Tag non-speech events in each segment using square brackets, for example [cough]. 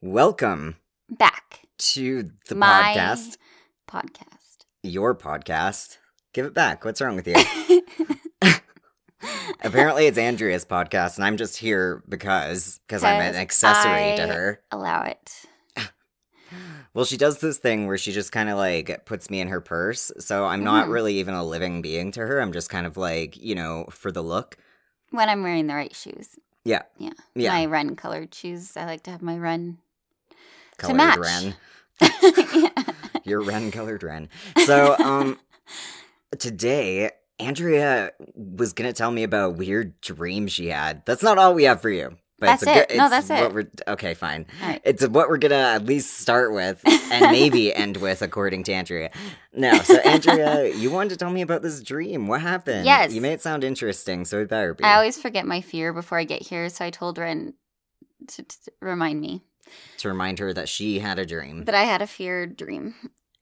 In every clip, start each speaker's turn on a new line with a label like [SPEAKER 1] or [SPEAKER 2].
[SPEAKER 1] Welcome
[SPEAKER 2] Back.
[SPEAKER 1] to the
[SPEAKER 2] My
[SPEAKER 1] podcast,
[SPEAKER 2] Podcast.
[SPEAKER 1] your podcast. Give it back. What's wrong with you?
[SPEAKER 2] [laughs]
[SPEAKER 1] [laughs] Apparently, it's Andrea's podcast, and I'm just here because because I'm an
[SPEAKER 2] 'Cause
[SPEAKER 1] accessory to
[SPEAKER 2] I-
[SPEAKER 1] her.
[SPEAKER 2] Allow it.
[SPEAKER 1] Well, she does this thing where she just kind of like puts me in her purse, so I'm not
[SPEAKER 2] Mhm.
[SPEAKER 1] really even a living being to her. I'm just kind of like you know for the look.
[SPEAKER 2] When I'm wearing the right shoes.
[SPEAKER 1] Yeah.
[SPEAKER 2] Yeah.
[SPEAKER 1] Yeah,
[SPEAKER 2] My run colored shoes. I like to have my
[SPEAKER 1] [laughs]
[SPEAKER 2] run. [laughs]
[SPEAKER 1] colored
[SPEAKER 2] match.
[SPEAKER 1] Ren.
[SPEAKER 2] Yeah.
[SPEAKER 1] Your Ren colored Ren. So um, today Andrea was gonna tell me about a weird dream she had. That's not all we have for you. But it's
[SPEAKER 2] That's
[SPEAKER 1] a
[SPEAKER 2] it.
[SPEAKER 1] Good,
[SPEAKER 2] No,
[SPEAKER 1] it's
[SPEAKER 2] that's
[SPEAKER 1] what
[SPEAKER 2] it.
[SPEAKER 1] We're, okay, fine.
[SPEAKER 2] All right.
[SPEAKER 1] It's what we're gonna at least start with,
[SPEAKER 2] [laughs]
[SPEAKER 1] and maybe end with, according to Andrea. No, so Andrea, you wanted to tell me about this dream. What happened?
[SPEAKER 2] Yes.
[SPEAKER 1] you made it sound interesting, so it better be.
[SPEAKER 2] I always forget my fear before I get here, so I told Ren to, to to remind me
[SPEAKER 1] to remind her that she had a dream.
[SPEAKER 2] that I had a fear dream.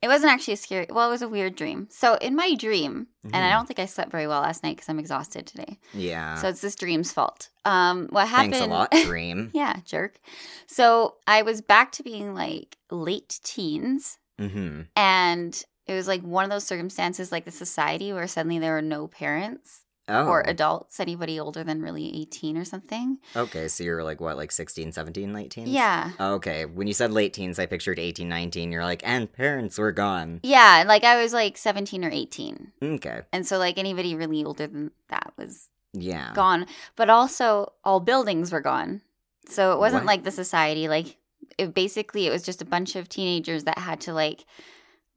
[SPEAKER 2] It wasn't actually a scary. Well, it was a weird dream. So in my dream, and I
[SPEAKER 1] Mhm.
[SPEAKER 2] don't think I slept very well last night because I'm exhausted today.
[SPEAKER 1] yeah.
[SPEAKER 2] So it's this dream's fault. Um, what happened?
[SPEAKER 1] Ah. Thanks a
[SPEAKER 2] [laughs]
[SPEAKER 1] lot, dream.
[SPEAKER 2] yeah, jerk. So I was back to being like late teens,
[SPEAKER 1] mm-hmm.
[SPEAKER 2] and it was like one of those circumstances, like the society where suddenly there were no parents
[SPEAKER 1] Oh,
[SPEAKER 2] or adults, anybody older than really 18 or something.
[SPEAKER 1] okay. So you're like what, like 16, 17, late teens?
[SPEAKER 2] Yeah.
[SPEAKER 1] Okay. When you said late teens, I pictured 18, 19. You're like, and parents were gone.
[SPEAKER 2] Yeah, like I was like 17 or 18.
[SPEAKER 1] Okay.
[SPEAKER 2] And so like anybody really older than that was
[SPEAKER 1] Yeah.
[SPEAKER 2] gone, but also all buildings were gone. So it wasn't
[SPEAKER 1] What?
[SPEAKER 2] like the society like it basically it was just a bunch of teenagers that had to like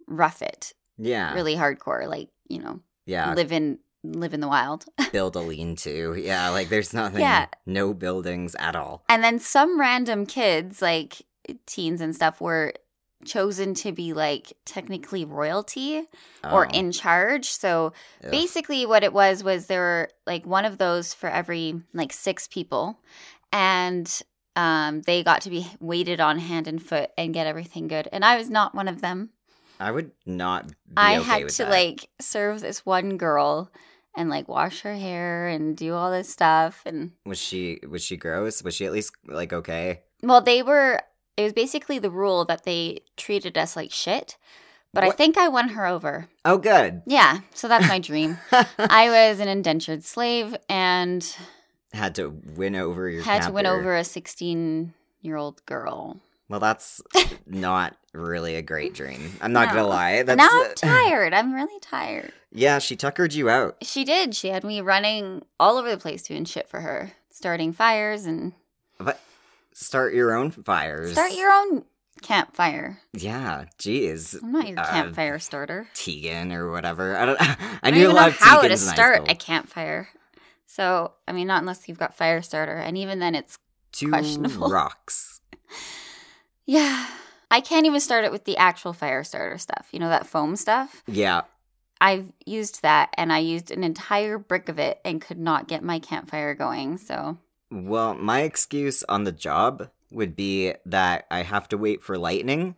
[SPEAKER 2] rough it
[SPEAKER 1] Yeah.
[SPEAKER 2] really hardcore like, you know, [laughs]
[SPEAKER 1] Yeah.
[SPEAKER 2] live in live in the wild.
[SPEAKER 1] Build a lean to. Yeah. Like there's nothing.
[SPEAKER 2] Yeah.
[SPEAKER 1] No buildings at all.
[SPEAKER 2] And then some random kids like teens and stuff were chosen to be like technically royalty or
[SPEAKER 1] Oh,
[SPEAKER 2] in charge. So
[SPEAKER 1] ugh.
[SPEAKER 2] basically what it was was there were like one of those for every like six people and um, they got to be waited on hand and foot and get everything good and i was not one of them
[SPEAKER 1] I would not. Be
[SPEAKER 2] i
[SPEAKER 1] okay
[SPEAKER 2] had
[SPEAKER 1] with
[SPEAKER 2] to
[SPEAKER 1] that.
[SPEAKER 2] like serve this one girl and like wash her hair and do all this stuff and
[SPEAKER 1] Was she? Was she gross? Was she at least like okay?
[SPEAKER 2] well they were it was basically the rule that they treated us like shit but i
[SPEAKER 1] What?
[SPEAKER 2] think i won her over [laughs]
[SPEAKER 1] Oh, good.
[SPEAKER 2] yeah so that's my
[SPEAKER 1] [laughs]
[SPEAKER 2] dream i was an indentured slave and
[SPEAKER 1] had to win over your.
[SPEAKER 2] had to win
[SPEAKER 1] captor.
[SPEAKER 2] over a 16 year old girl. [laughs]
[SPEAKER 1] Well, that's not really a great dream. I'm not
[SPEAKER 2] No.
[SPEAKER 1] gonna lie. That's uh,
[SPEAKER 2] now I'm tired. I'm really tired.
[SPEAKER 1] [laughs] yeah, she tuckered you out.
[SPEAKER 2] She did. She had me running all over the place doing shit for her, starting fires and
[SPEAKER 1] But start your own fires.
[SPEAKER 2] start your own campfire.
[SPEAKER 1] Yeah, geez.
[SPEAKER 2] I'm not your
[SPEAKER 1] Uh,
[SPEAKER 2] campfire starter.
[SPEAKER 1] Tegan or whatever. I don't. [laughs] I
[SPEAKER 2] I
[SPEAKER 1] knew
[SPEAKER 2] don't even
[SPEAKER 1] a
[SPEAKER 2] know
[SPEAKER 1] lot of
[SPEAKER 2] how to
[SPEAKER 1] Tegans in high
[SPEAKER 2] start
[SPEAKER 1] school.
[SPEAKER 2] a campfire. So, I mean, not unless you've got fire starter. And even then, it's,
[SPEAKER 1] Two
[SPEAKER 2] questionable. [laughs]
[SPEAKER 1] rocks.
[SPEAKER 2] yeah. I can't even start it with the actual fire starter stuff, you know, that foam stuff.
[SPEAKER 1] Yeah.
[SPEAKER 2] I've used that and I used an entire brick of it and could not get my campfire going. So,
[SPEAKER 1] Well, my excuse on the job would be that I have to wait for lightning.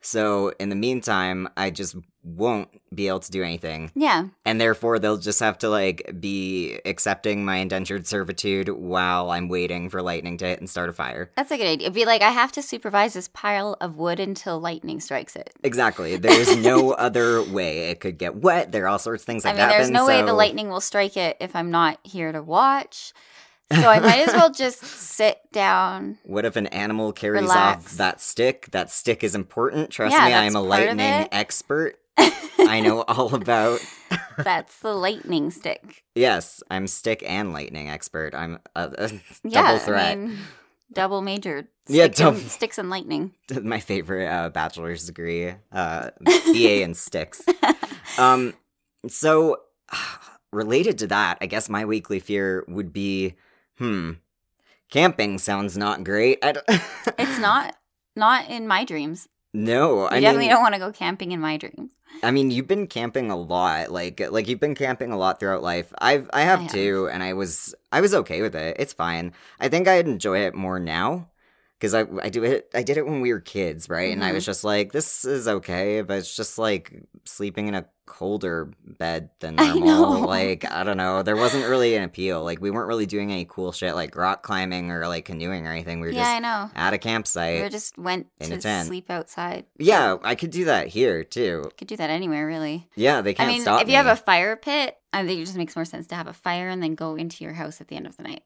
[SPEAKER 1] So in the meantime, I just won't be able to do anything.
[SPEAKER 2] yeah,
[SPEAKER 1] and therefore they'll just have to like be accepting my indentured servitude while I'm waiting for lightning to hit and start a fire.
[SPEAKER 2] that's a good idea. It'd be like, I have to supervise this pile of wood until lightning strikes it.
[SPEAKER 1] Exactly. There's
[SPEAKER 2] [laughs]
[SPEAKER 1] no other way it could get wet. There are all sorts of things that
[SPEAKER 2] I mean, there's
[SPEAKER 1] happen,
[SPEAKER 2] no way the
[SPEAKER 1] so-
[SPEAKER 2] lightning will strike it if I'm not here to watch. So, I might as
[SPEAKER 1] [laughs]
[SPEAKER 2] well just sit down.
[SPEAKER 1] What if an animal carries off
[SPEAKER 2] Relax.
[SPEAKER 1] that stick? That stick is important. Trust
[SPEAKER 2] Yeah,
[SPEAKER 1] me, I
[SPEAKER 2] that's
[SPEAKER 1] am a
[SPEAKER 2] part of
[SPEAKER 1] lightning
[SPEAKER 2] it.
[SPEAKER 1] expert.
[SPEAKER 2] [laughs]
[SPEAKER 1] I know all about.
[SPEAKER 2] That's the lightning stick.
[SPEAKER 1] Yes, I'm stick and lightning expert. I'm a, a [laughs]
[SPEAKER 2] Yeah,
[SPEAKER 1] double threat.
[SPEAKER 2] I mean, double major.
[SPEAKER 1] Yeah,
[SPEAKER 2] Stick and-
[SPEAKER 1] double-
[SPEAKER 2] sticks and lightning.
[SPEAKER 1] [laughs] my favorite uh, bachelor's degree,
[SPEAKER 2] [laughs]
[SPEAKER 1] uh, BA in sticks. Um, so [sighs] related to that, I guess my weekly fear would be, hmm, camping sounds not great. [laughs] I don't-
[SPEAKER 2] It's not not in my dreams.
[SPEAKER 1] No,
[SPEAKER 2] You
[SPEAKER 1] I
[SPEAKER 2] definitely
[SPEAKER 1] mean,
[SPEAKER 2] don't want to go camping in my dreams.
[SPEAKER 1] I mean, you've been camping a lot, like, like you've been camping a lot throughout life. I've, I have
[SPEAKER 2] I have.
[SPEAKER 1] too, and I was, I was okay with it. It's fine. I think I'd enjoy it more now. because I I do it I did it when we were kids, right? And I
[SPEAKER 2] Mm-hmm.
[SPEAKER 1] was just like, this is okay, but it's just like sleeping in a colder bed
[SPEAKER 2] [laughs]
[SPEAKER 1] than
[SPEAKER 2] I
[SPEAKER 1] normal.
[SPEAKER 2] know.
[SPEAKER 1] Like I don't know, there wasn't really an appeal. Like we weren't really doing any cool shit like rock climbing or like canoeing or anything. We were
[SPEAKER 2] yeah, I
[SPEAKER 1] just
[SPEAKER 2] know.
[SPEAKER 1] at a
[SPEAKER 2] We were
[SPEAKER 1] campsite.
[SPEAKER 2] just went
[SPEAKER 1] in a
[SPEAKER 2] to
[SPEAKER 1] tent.
[SPEAKER 2] sleep outside.
[SPEAKER 1] Yeah, I could do that here too.
[SPEAKER 2] Could do that anywhere, really.
[SPEAKER 1] Yeah, they can't
[SPEAKER 2] I mean,
[SPEAKER 1] stop
[SPEAKER 2] if
[SPEAKER 1] me.
[SPEAKER 2] you have a fire pit, I think it just makes more sense to have a fire and then go into your house at the end of the night.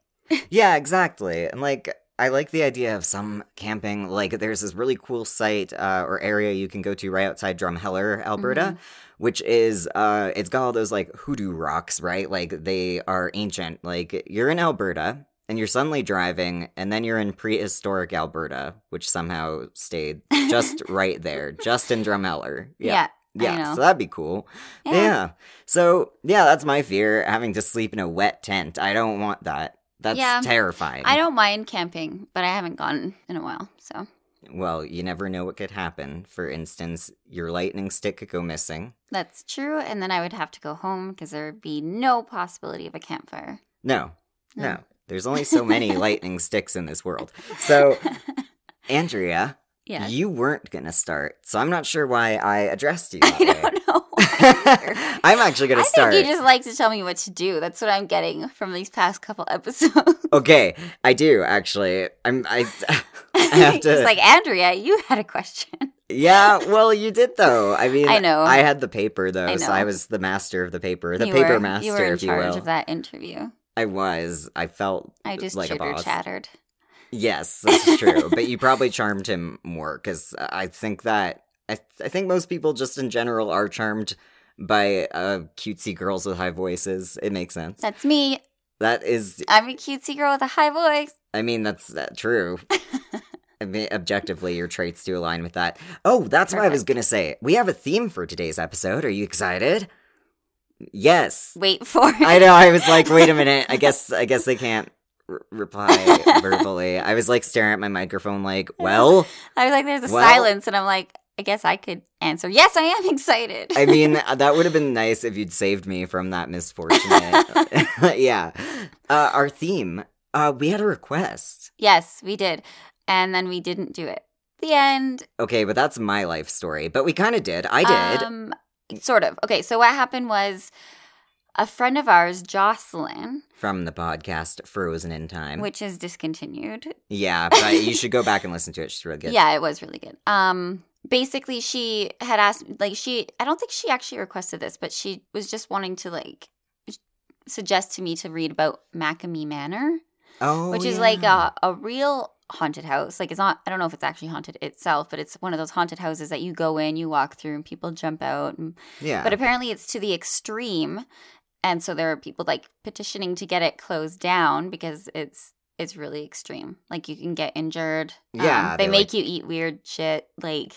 [SPEAKER 1] Yeah, exactly. And like I like the idea of some camping. Like there's this really cool site uh, or area you can go to right outside Drumheller, Alberta,
[SPEAKER 2] Mm-hmm.
[SPEAKER 1] which is uh, it's got all those like hoodoo rocks, right? Like they are ancient. Like you're in Alberta and you're suddenly driving, and then you're in prehistoric Alberta, which somehow stayed
[SPEAKER 2] [laughs]
[SPEAKER 1] just right there, just in Drumheller.
[SPEAKER 2] Yeah. I
[SPEAKER 1] Yeah,
[SPEAKER 2] know.
[SPEAKER 1] so that'd be cool. Yeah. So, yeah, that's my fear having to sleep in a wet tent. I don't want that. That's
[SPEAKER 2] Yeah.
[SPEAKER 1] terrifying.
[SPEAKER 2] I don't mind camping, but I haven't gone in a while. So
[SPEAKER 1] Well, you never know what could happen. For instance, your lightning stick could go missing.
[SPEAKER 2] that's true. And then I would have to go home because there would be no possibility of a campfire.
[SPEAKER 1] No, no.
[SPEAKER 2] No.
[SPEAKER 1] There's only so
[SPEAKER 2] [laughs]
[SPEAKER 1] many lightning sticks in this world. So, Andrea,
[SPEAKER 2] yeah.
[SPEAKER 1] you weren't going to start. So, I'm not sure why I addressed you that
[SPEAKER 2] [laughs] I don't
[SPEAKER 1] [laughs]
[SPEAKER 2] know.
[SPEAKER 1] way.
[SPEAKER 2] why.
[SPEAKER 1] I'm actually going
[SPEAKER 2] I
[SPEAKER 1] to start.
[SPEAKER 2] think you just like to tell me what to do. That's what I'm getting from these past couple [laughs] episodes.
[SPEAKER 1] Okay, I do actually. I'm
[SPEAKER 2] [laughs]
[SPEAKER 1] I [laughs] I have to
[SPEAKER 2] it's like Andrea, you had a question.
[SPEAKER 1] Yeah, well, you did though. I mean,
[SPEAKER 2] I know.
[SPEAKER 1] I had the paper though,
[SPEAKER 2] Oh. I
[SPEAKER 1] so
[SPEAKER 2] know.
[SPEAKER 1] I was the master of the paper, the
[SPEAKER 2] you
[SPEAKER 1] paper
[SPEAKER 2] were,
[SPEAKER 1] master,
[SPEAKER 2] You were in
[SPEAKER 1] if you
[SPEAKER 2] charge
[SPEAKER 1] will.
[SPEAKER 2] of that interview.
[SPEAKER 1] I was. I felt
[SPEAKER 2] I just
[SPEAKER 1] Like a
[SPEAKER 2] chitter
[SPEAKER 1] boss.
[SPEAKER 2] chattered.
[SPEAKER 1] yes,
[SPEAKER 2] [laughs]
[SPEAKER 1] that's true. but you probably charmed him more because I think that I, I think most people just in general are charmed by uh, cutesy girls with high voices. It makes sense.
[SPEAKER 2] That's me.
[SPEAKER 1] That is,
[SPEAKER 2] I'm a cutesy girl with a high voice.
[SPEAKER 1] I mean, that's uh,
[SPEAKER 2] [laughs]
[SPEAKER 1] true. I mean, objectively, your traits do align with that. Oh, that's what I was
[SPEAKER 2] Perfect.
[SPEAKER 1] gonna say. We have a theme for today's episode. Are you excited? Yes.
[SPEAKER 2] Wait for it.
[SPEAKER 1] I know. I was like, wait a minute. I guess I guess they can't r- reply verbally. I was like staring at my microphone, like, well,
[SPEAKER 2] [laughs] I was like, there's a
[SPEAKER 1] Well-
[SPEAKER 2] silence, and I'm like, I guess I could answer. [laughs] Yes, I am excited.
[SPEAKER 1] I mean, that would have been nice if you'd saved me from that misfortunate. [laughs] yeah. Uh, our theme. Uh, we had a request.
[SPEAKER 2] [laughs] yes, we did. And then we didn't do it. The end.
[SPEAKER 1] Okay, but that's my life story. But we kind of did. I did.
[SPEAKER 2] Um, sort of. Okay, so what happened was a friend of ours, Jocelyn,
[SPEAKER 1] from the podcast Frozen in Time.
[SPEAKER 2] which is discontinued,
[SPEAKER 1] yeah, but you should go back and listen to it. She's really good.
[SPEAKER 2] Yeah, it was really good. Um basically she had asked like she I don't think she actually requested this, but she was just wanting to like suggest to me to read about Macamee Manor,
[SPEAKER 1] Oh,
[SPEAKER 2] which is
[SPEAKER 1] yeah.
[SPEAKER 2] like uh, a, a real haunted house. Like it's not I don't know if it's actually haunted itself, but it's one of those haunted houses that you go in, you walk through and people jump out and
[SPEAKER 1] yeah.
[SPEAKER 2] but apparently it's to the extreme and so there are people like petitioning to get it closed down because it's it's really extreme like you can get injured Um,
[SPEAKER 1] Yeah,
[SPEAKER 2] they,
[SPEAKER 1] they,
[SPEAKER 2] make you eat weird shit like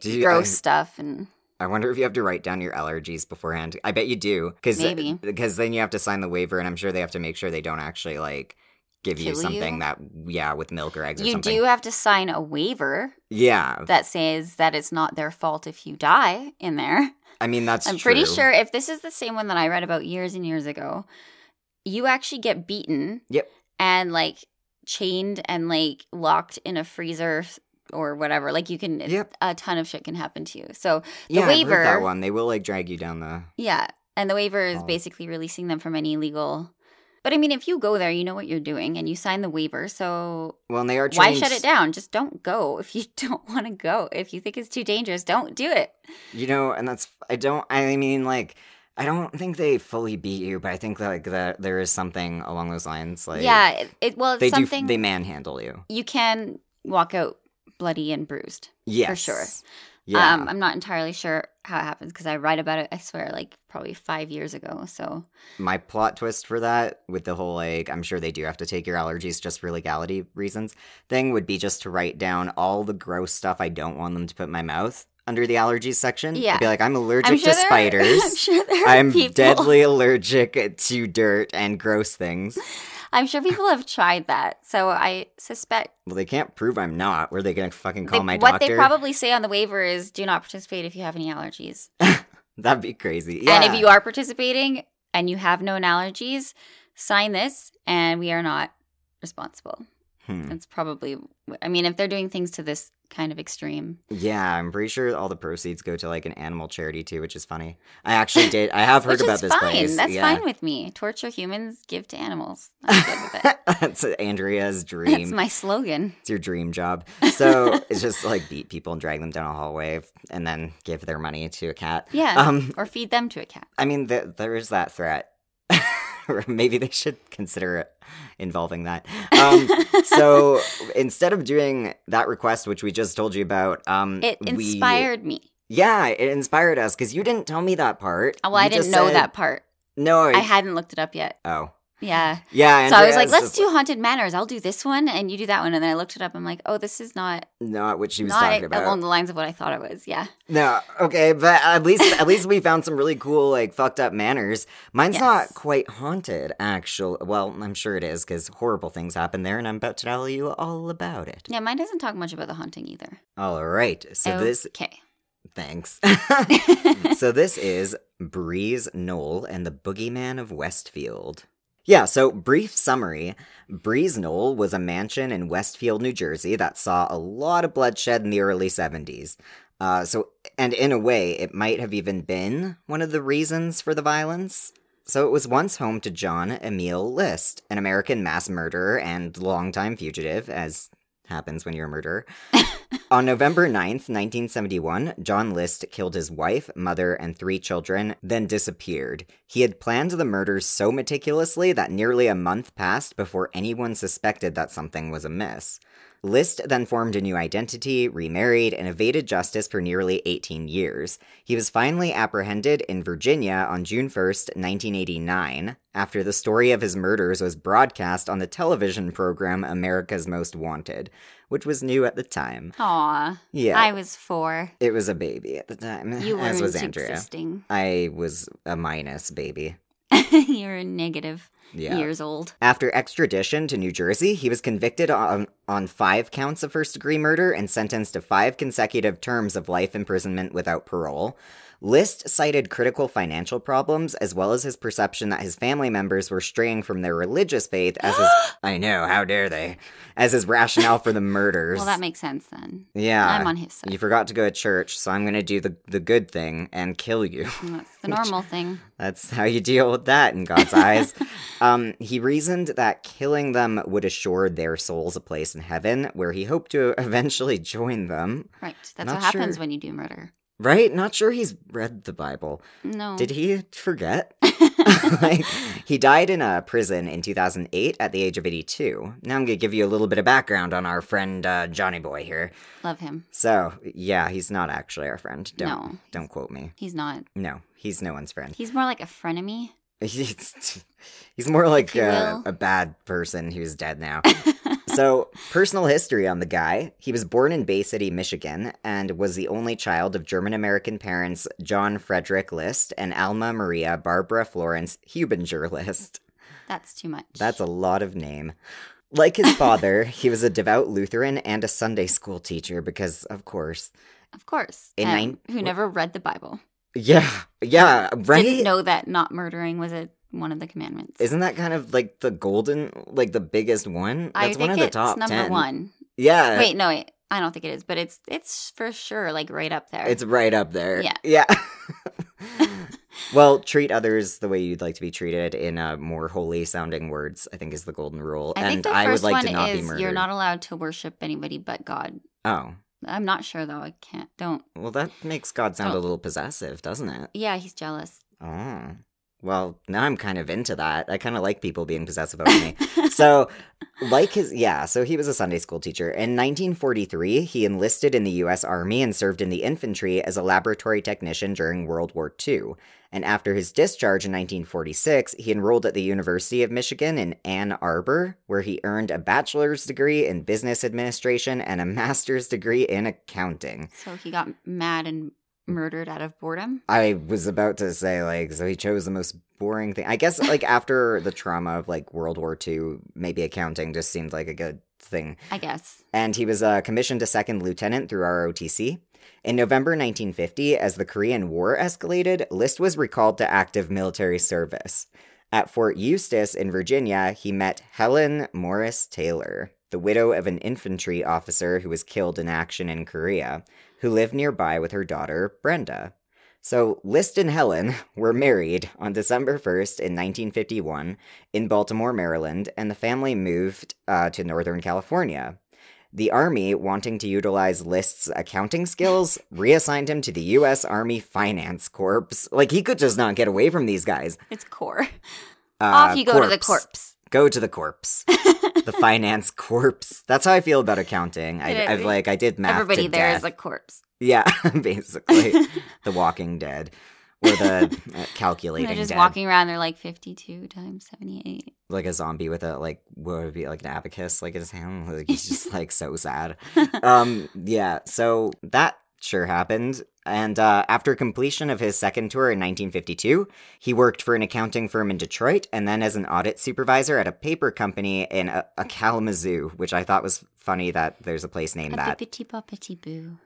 [SPEAKER 1] Do you- uh,
[SPEAKER 2] gross
[SPEAKER 1] I-
[SPEAKER 2] stuff and
[SPEAKER 1] I wonder if you have to write down your allergies beforehand. I bet you do, because
[SPEAKER 2] Maybe.
[SPEAKER 1] because then you have to sign the waiver, and I'm sure they have to make sure they don't actually like give you
[SPEAKER 2] Kill
[SPEAKER 1] something
[SPEAKER 2] you?
[SPEAKER 1] that yeah with milk or eggs or
[SPEAKER 2] you
[SPEAKER 1] something.
[SPEAKER 2] do have to sign a waiver
[SPEAKER 1] Yeah,
[SPEAKER 2] that says that it's not their fault if you die in there
[SPEAKER 1] I mean that's.
[SPEAKER 2] i'm pretty
[SPEAKER 1] true.
[SPEAKER 2] sure if this is the same one that i read about years and years ago you actually get beaten
[SPEAKER 1] Yep.
[SPEAKER 2] and like chained and like locked in a freezer or whatever like you can
[SPEAKER 1] Yep.
[SPEAKER 2] a ton of shit can happen to you so
[SPEAKER 1] yeah, I've heard that
[SPEAKER 2] waiver-
[SPEAKER 1] one. They will like drag you down the.
[SPEAKER 2] yeah and the waiver is
[SPEAKER 1] Oh.
[SPEAKER 2] basically releasing them from any legal but i mean if you go there you know what you're doing and you sign the waiver so
[SPEAKER 1] Well, and they are. Trained...
[SPEAKER 2] why shut it down just don't go if you [laughs] don't want to go if you think it's too dangerous don't do it
[SPEAKER 1] You know, and that's I don't. I mean, like I don't think they fully beat you, but I think that, like that there is something along those lines. Like
[SPEAKER 2] yeah it, it well it's
[SPEAKER 1] they
[SPEAKER 2] something
[SPEAKER 1] do. They manhandle you.
[SPEAKER 2] you can walk out bloody and bruised
[SPEAKER 1] Yes,
[SPEAKER 2] sure.
[SPEAKER 1] Yeah.
[SPEAKER 2] Um, I'm not entirely sure how it happens because I write about it, I swear, like probably five years ago. So,
[SPEAKER 1] my plot twist for that with the whole like i'm sure they do have to take your allergies just for legality reasons thing would be just to write down all the gross stuff i don't want them to put in my mouth under the allergies section I'd
[SPEAKER 2] Yeah.
[SPEAKER 1] be like i'm allergic
[SPEAKER 2] I'm sure
[SPEAKER 1] to
[SPEAKER 2] there Are, [laughs] I'm
[SPEAKER 1] spiders
[SPEAKER 2] sure there are
[SPEAKER 1] i'm
[SPEAKER 2] people.
[SPEAKER 1] deadly allergic to dirt and gross things
[SPEAKER 2] [laughs] I'm sure people have tried that. So I suspect
[SPEAKER 1] well they can't prove i'm not were they gonna fucking call
[SPEAKER 2] they-
[SPEAKER 1] my
[SPEAKER 2] what
[SPEAKER 1] doctor
[SPEAKER 2] they probably say on the waiver is do not participate if you have any allergies.
[SPEAKER 1] that'd be crazy yeah
[SPEAKER 2] And if you are participating and you have known allergies, sign this, and we are not responsible.
[SPEAKER 1] Hmm.
[SPEAKER 2] That's probably, I mean, if they're doing things to this kind of extreme,
[SPEAKER 1] Yeah, I'm pretty sure all the proceeds go to like an animal charity too, which is funny. I
[SPEAKER 2] [laughs]
[SPEAKER 1] actually did. I have heard
[SPEAKER 2] which
[SPEAKER 1] about
[SPEAKER 2] is
[SPEAKER 1] this
[SPEAKER 2] fine.
[SPEAKER 1] place.
[SPEAKER 2] That's
[SPEAKER 1] yeah.
[SPEAKER 2] fine with me. Torture humans, give to animals. I'm good with
[SPEAKER 1] [laughs]
[SPEAKER 2] it.
[SPEAKER 1] That's Andrea's dream.
[SPEAKER 2] That's my slogan.
[SPEAKER 1] it's your dream
[SPEAKER 2] [laughs]
[SPEAKER 1] job. So it's just like beat people and drag them down a hallway and then give their money to a cat.
[SPEAKER 2] Yeah.
[SPEAKER 1] Um,
[SPEAKER 2] or feed them to a cat.
[SPEAKER 1] I mean, th- there is that threat. [laughs] Or Maybe they should consider involving that.
[SPEAKER 2] [laughs]
[SPEAKER 1] Um, so instead of doing that request, which we just told you about, um,
[SPEAKER 2] it
[SPEAKER 1] we-
[SPEAKER 2] inspired me. Uh,
[SPEAKER 1] yeah, it inspired us because you didn't tell me that part.
[SPEAKER 2] Well,
[SPEAKER 1] You
[SPEAKER 2] I didn't
[SPEAKER 1] just
[SPEAKER 2] know
[SPEAKER 1] said-
[SPEAKER 2] that part.
[SPEAKER 1] No,
[SPEAKER 2] I hadn't looked it up yet.
[SPEAKER 1] oh
[SPEAKER 2] Yeah.
[SPEAKER 1] yeah.
[SPEAKER 2] so I was
[SPEAKER 1] Andrea's
[SPEAKER 2] like, let's
[SPEAKER 1] just
[SPEAKER 2] do Haunted Manors. I'll do this one and you do that one. And then I looked it up. I'm like, oh, this is not,
[SPEAKER 1] not what she was
[SPEAKER 2] not
[SPEAKER 1] talking about.
[SPEAKER 2] along the lines of what I thought it was. Yeah.
[SPEAKER 1] No, okay, but at least at least we found some really cool like fucked up manners. Mine's
[SPEAKER 2] Yes.
[SPEAKER 1] not quite haunted, actual. Well, I'm sure it is because horrible things happen there, and I'm about to tell you all about it.
[SPEAKER 2] Yeah. Mine doesn't talk much about the haunting either.
[SPEAKER 1] All right, so this Hmm.
[SPEAKER 2] Okay.
[SPEAKER 1] [laughs] thanks. so this is Breeze Knoll and the Boogeyman of Westfield. Yeah, so brief summary. Breeze Knoll was a mansion in Westfield, New Jersey that saw a lot of bloodshed in the early 70s. Uh, so, and in a way, it might have even been one of the reasons for the violence. So, it was once home to John Emil List, an American mass murderer and longtime fugitive, as happens when you're a murderer. On November 9th, 1971, John List killed his wife, mother, and three children, then disappeared. He had planned the murders so meticulously that nearly a month passed before anyone suspected that something was amiss. List then formed a new identity, remarried, and evaded justice for nearly 18 years. He was finally apprehended in Virginia on June 1st, 1989, after the story of his murders was broadcast on the television program America's Most Wanted, which was new at the time.
[SPEAKER 2] [laughs] Aw.
[SPEAKER 1] Yeah.
[SPEAKER 2] I was four.
[SPEAKER 1] It was a baby at the time,
[SPEAKER 2] You weren't
[SPEAKER 1] as was Andrea.
[SPEAKER 2] existing. [laughs]
[SPEAKER 1] I was a minus baby.
[SPEAKER 2] you were negative
[SPEAKER 1] Yeah.
[SPEAKER 2] years old.
[SPEAKER 1] After extradition to New Jersey, he was convicted on, on five counts of first degree murder and sentenced to five consecutive terms of life imprisonment without parole. List cited critical financial problems as well as his perception that his family members were straying from their religious faith as
[SPEAKER 2] [gasps]
[SPEAKER 1] his I know, how dare they? As his rationale for the murders.
[SPEAKER 2] Well, that makes sense then.
[SPEAKER 1] yeah.
[SPEAKER 2] I'm on his side.
[SPEAKER 1] you forgot to go to church, so I'm going to do the, the good thing and kill you. [laughs]
[SPEAKER 2] And That's the normal thing.
[SPEAKER 1] That's how you deal with that in God's eyes. Um, he reasoned that killing them would assure their souls a place in heaven, where he hoped to [laughs] eventually join them.
[SPEAKER 2] Right. That's
[SPEAKER 1] Not
[SPEAKER 2] what happens
[SPEAKER 1] sure.
[SPEAKER 2] when you do murder.
[SPEAKER 1] Right? Not sure he's read the Bible.
[SPEAKER 2] No.
[SPEAKER 1] Did he forget? [laughs] like, he died in a prison in 2008 at the age of 82. Now I'm going to give you a little bit of background on our friend uh, Johnny Boy here.
[SPEAKER 2] [laughs] Love him.
[SPEAKER 1] So, yeah, he's not actually our friend. Don't,
[SPEAKER 2] No.
[SPEAKER 1] don't quote me.
[SPEAKER 2] He's not.
[SPEAKER 1] No, he's no one's friend.
[SPEAKER 2] He's more like a frenemy.
[SPEAKER 1] [laughs] He's, he's more like
[SPEAKER 2] you
[SPEAKER 1] a,
[SPEAKER 2] will.
[SPEAKER 1] a bad person who's
[SPEAKER 2] [laughs]
[SPEAKER 1] dead now. so, personal history on the guy. He was born in Bay City, Michigan, and was the only child of German American parents John Frederick List and Alma Maria Barbara Florence Hubinger List.
[SPEAKER 2] That's too much.
[SPEAKER 1] That's a lot of name.
[SPEAKER 2] [laughs]
[SPEAKER 1] Like his father, he was a devout Lutheran and a Sunday school teacher because, of course.
[SPEAKER 2] of course.
[SPEAKER 1] A
[SPEAKER 2] Um,
[SPEAKER 1] nine-
[SPEAKER 2] who never read the Bible.
[SPEAKER 1] Yeah, yeah, right?
[SPEAKER 2] Didn't know that not murdering was a, one of the commandments.
[SPEAKER 1] Isn't that kind of like the golden, like the biggest one?
[SPEAKER 2] I
[SPEAKER 1] That's
[SPEAKER 2] think
[SPEAKER 1] one of the
[SPEAKER 2] it's
[SPEAKER 1] top
[SPEAKER 2] number
[SPEAKER 1] 10.
[SPEAKER 2] one.
[SPEAKER 1] Yeah.
[SPEAKER 2] Wait, no, wait. I don't think it is, but it's it's for sure like right up there.
[SPEAKER 1] It's right up there.
[SPEAKER 2] Yeah. [laughs]
[SPEAKER 1] Yeah. [laughs] well, treat others the way you'd like to be treated in uh, more holy sounding words, I think is the golden rule.
[SPEAKER 2] I
[SPEAKER 1] and
[SPEAKER 2] think the
[SPEAKER 1] I would
[SPEAKER 2] first
[SPEAKER 1] like
[SPEAKER 2] one
[SPEAKER 1] to not be
[SPEAKER 2] is
[SPEAKER 1] murdered.
[SPEAKER 2] you're not allowed to worship anybody but God.
[SPEAKER 1] Oh.
[SPEAKER 2] I'm not sure though. I can't. Don't.
[SPEAKER 1] Well, that makes God sound
[SPEAKER 2] Oh.
[SPEAKER 1] a little possessive, doesn't it?
[SPEAKER 2] Yeah, he's jealous.
[SPEAKER 1] Oh. Well, now I'm kind of into that. I kind of like people being possessive over me. so like his yeah so he was a sunday school teacher in 1943 he enlisted in the u.s army and served in the infantry as a laboratory technician during world war ii and after his discharge in 1946 he enrolled at the university of michigan in ann arbor where he earned a bachelor's degree in business administration and a master's degree in accounting
[SPEAKER 2] So he got mad and murdered out of boredom.
[SPEAKER 1] I was about to say, like, so he chose the most boring thing. I guess, like, after the trauma of, like, World War II, maybe accounting just seemed like a good thing.
[SPEAKER 2] I guess.
[SPEAKER 1] and he was uh, commissioned a second lieutenant through ROTC. In November 1950, as the Korean War escalated, List was recalled to active military service. At Fort Eustis in Virginia, he met Helen Morris Taylor, the widow of an infantry officer who was killed in action in Korea, who lived nearby with her daughter, Brenda. So, List and Helen were married on December 1st in 1951 in Baltimore, Maryland, and the family moved uh, to Northern California. The Army, wanting to utilize List's accounting skills, reassigned him to the U.S. Army Finance Corps. Like, he could just not get away from these guys.
[SPEAKER 2] It's core.
[SPEAKER 1] Uh,
[SPEAKER 2] Off you go to the corpse.
[SPEAKER 1] Go to the corpse.
[SPEAKER 2] [laughs]
[SPEAKER 1] the finance corpse. That's how I feel about accounting. I,
[SPEAKER 2] Did
[SPEAKER 1] I've
[SPEAKER 2] every-
[SPEAKER 1] like I did math.
[SPEAKER 2] Everybody
[SPEAKER 1] to
[SPEAKER 2] there is
[SPEAKER 1] death.
[SPEAKER 2] a corpse.
[SPEAKER 1] [laughs] yeah,
[SPEAKER 2] [laughs]
[SPEAKER 1] basically the Walking Dead or the uh, calculating
[SPEAKER 2] They're just
[SPEAKER 1] dead,
[SPEAKER 2] walking around. They're like 52 times 78.
[SPEAKER 1] like a zombie with a like what would it be like an abacus like in his hand. Like
[SPEAKER 2] [laughs]
[SPEAKER 1] he's just like so sad. Um, yeah. So that sure happened. And uh, after completion of his second tour in 1952, he worked for an accounting firm in Detroit and then as an audit supervisor at a paper company in a, a Kalamazoo, which I thought was funny that there's a place named that.
[SPEAKER 2] Bippity boppity boo.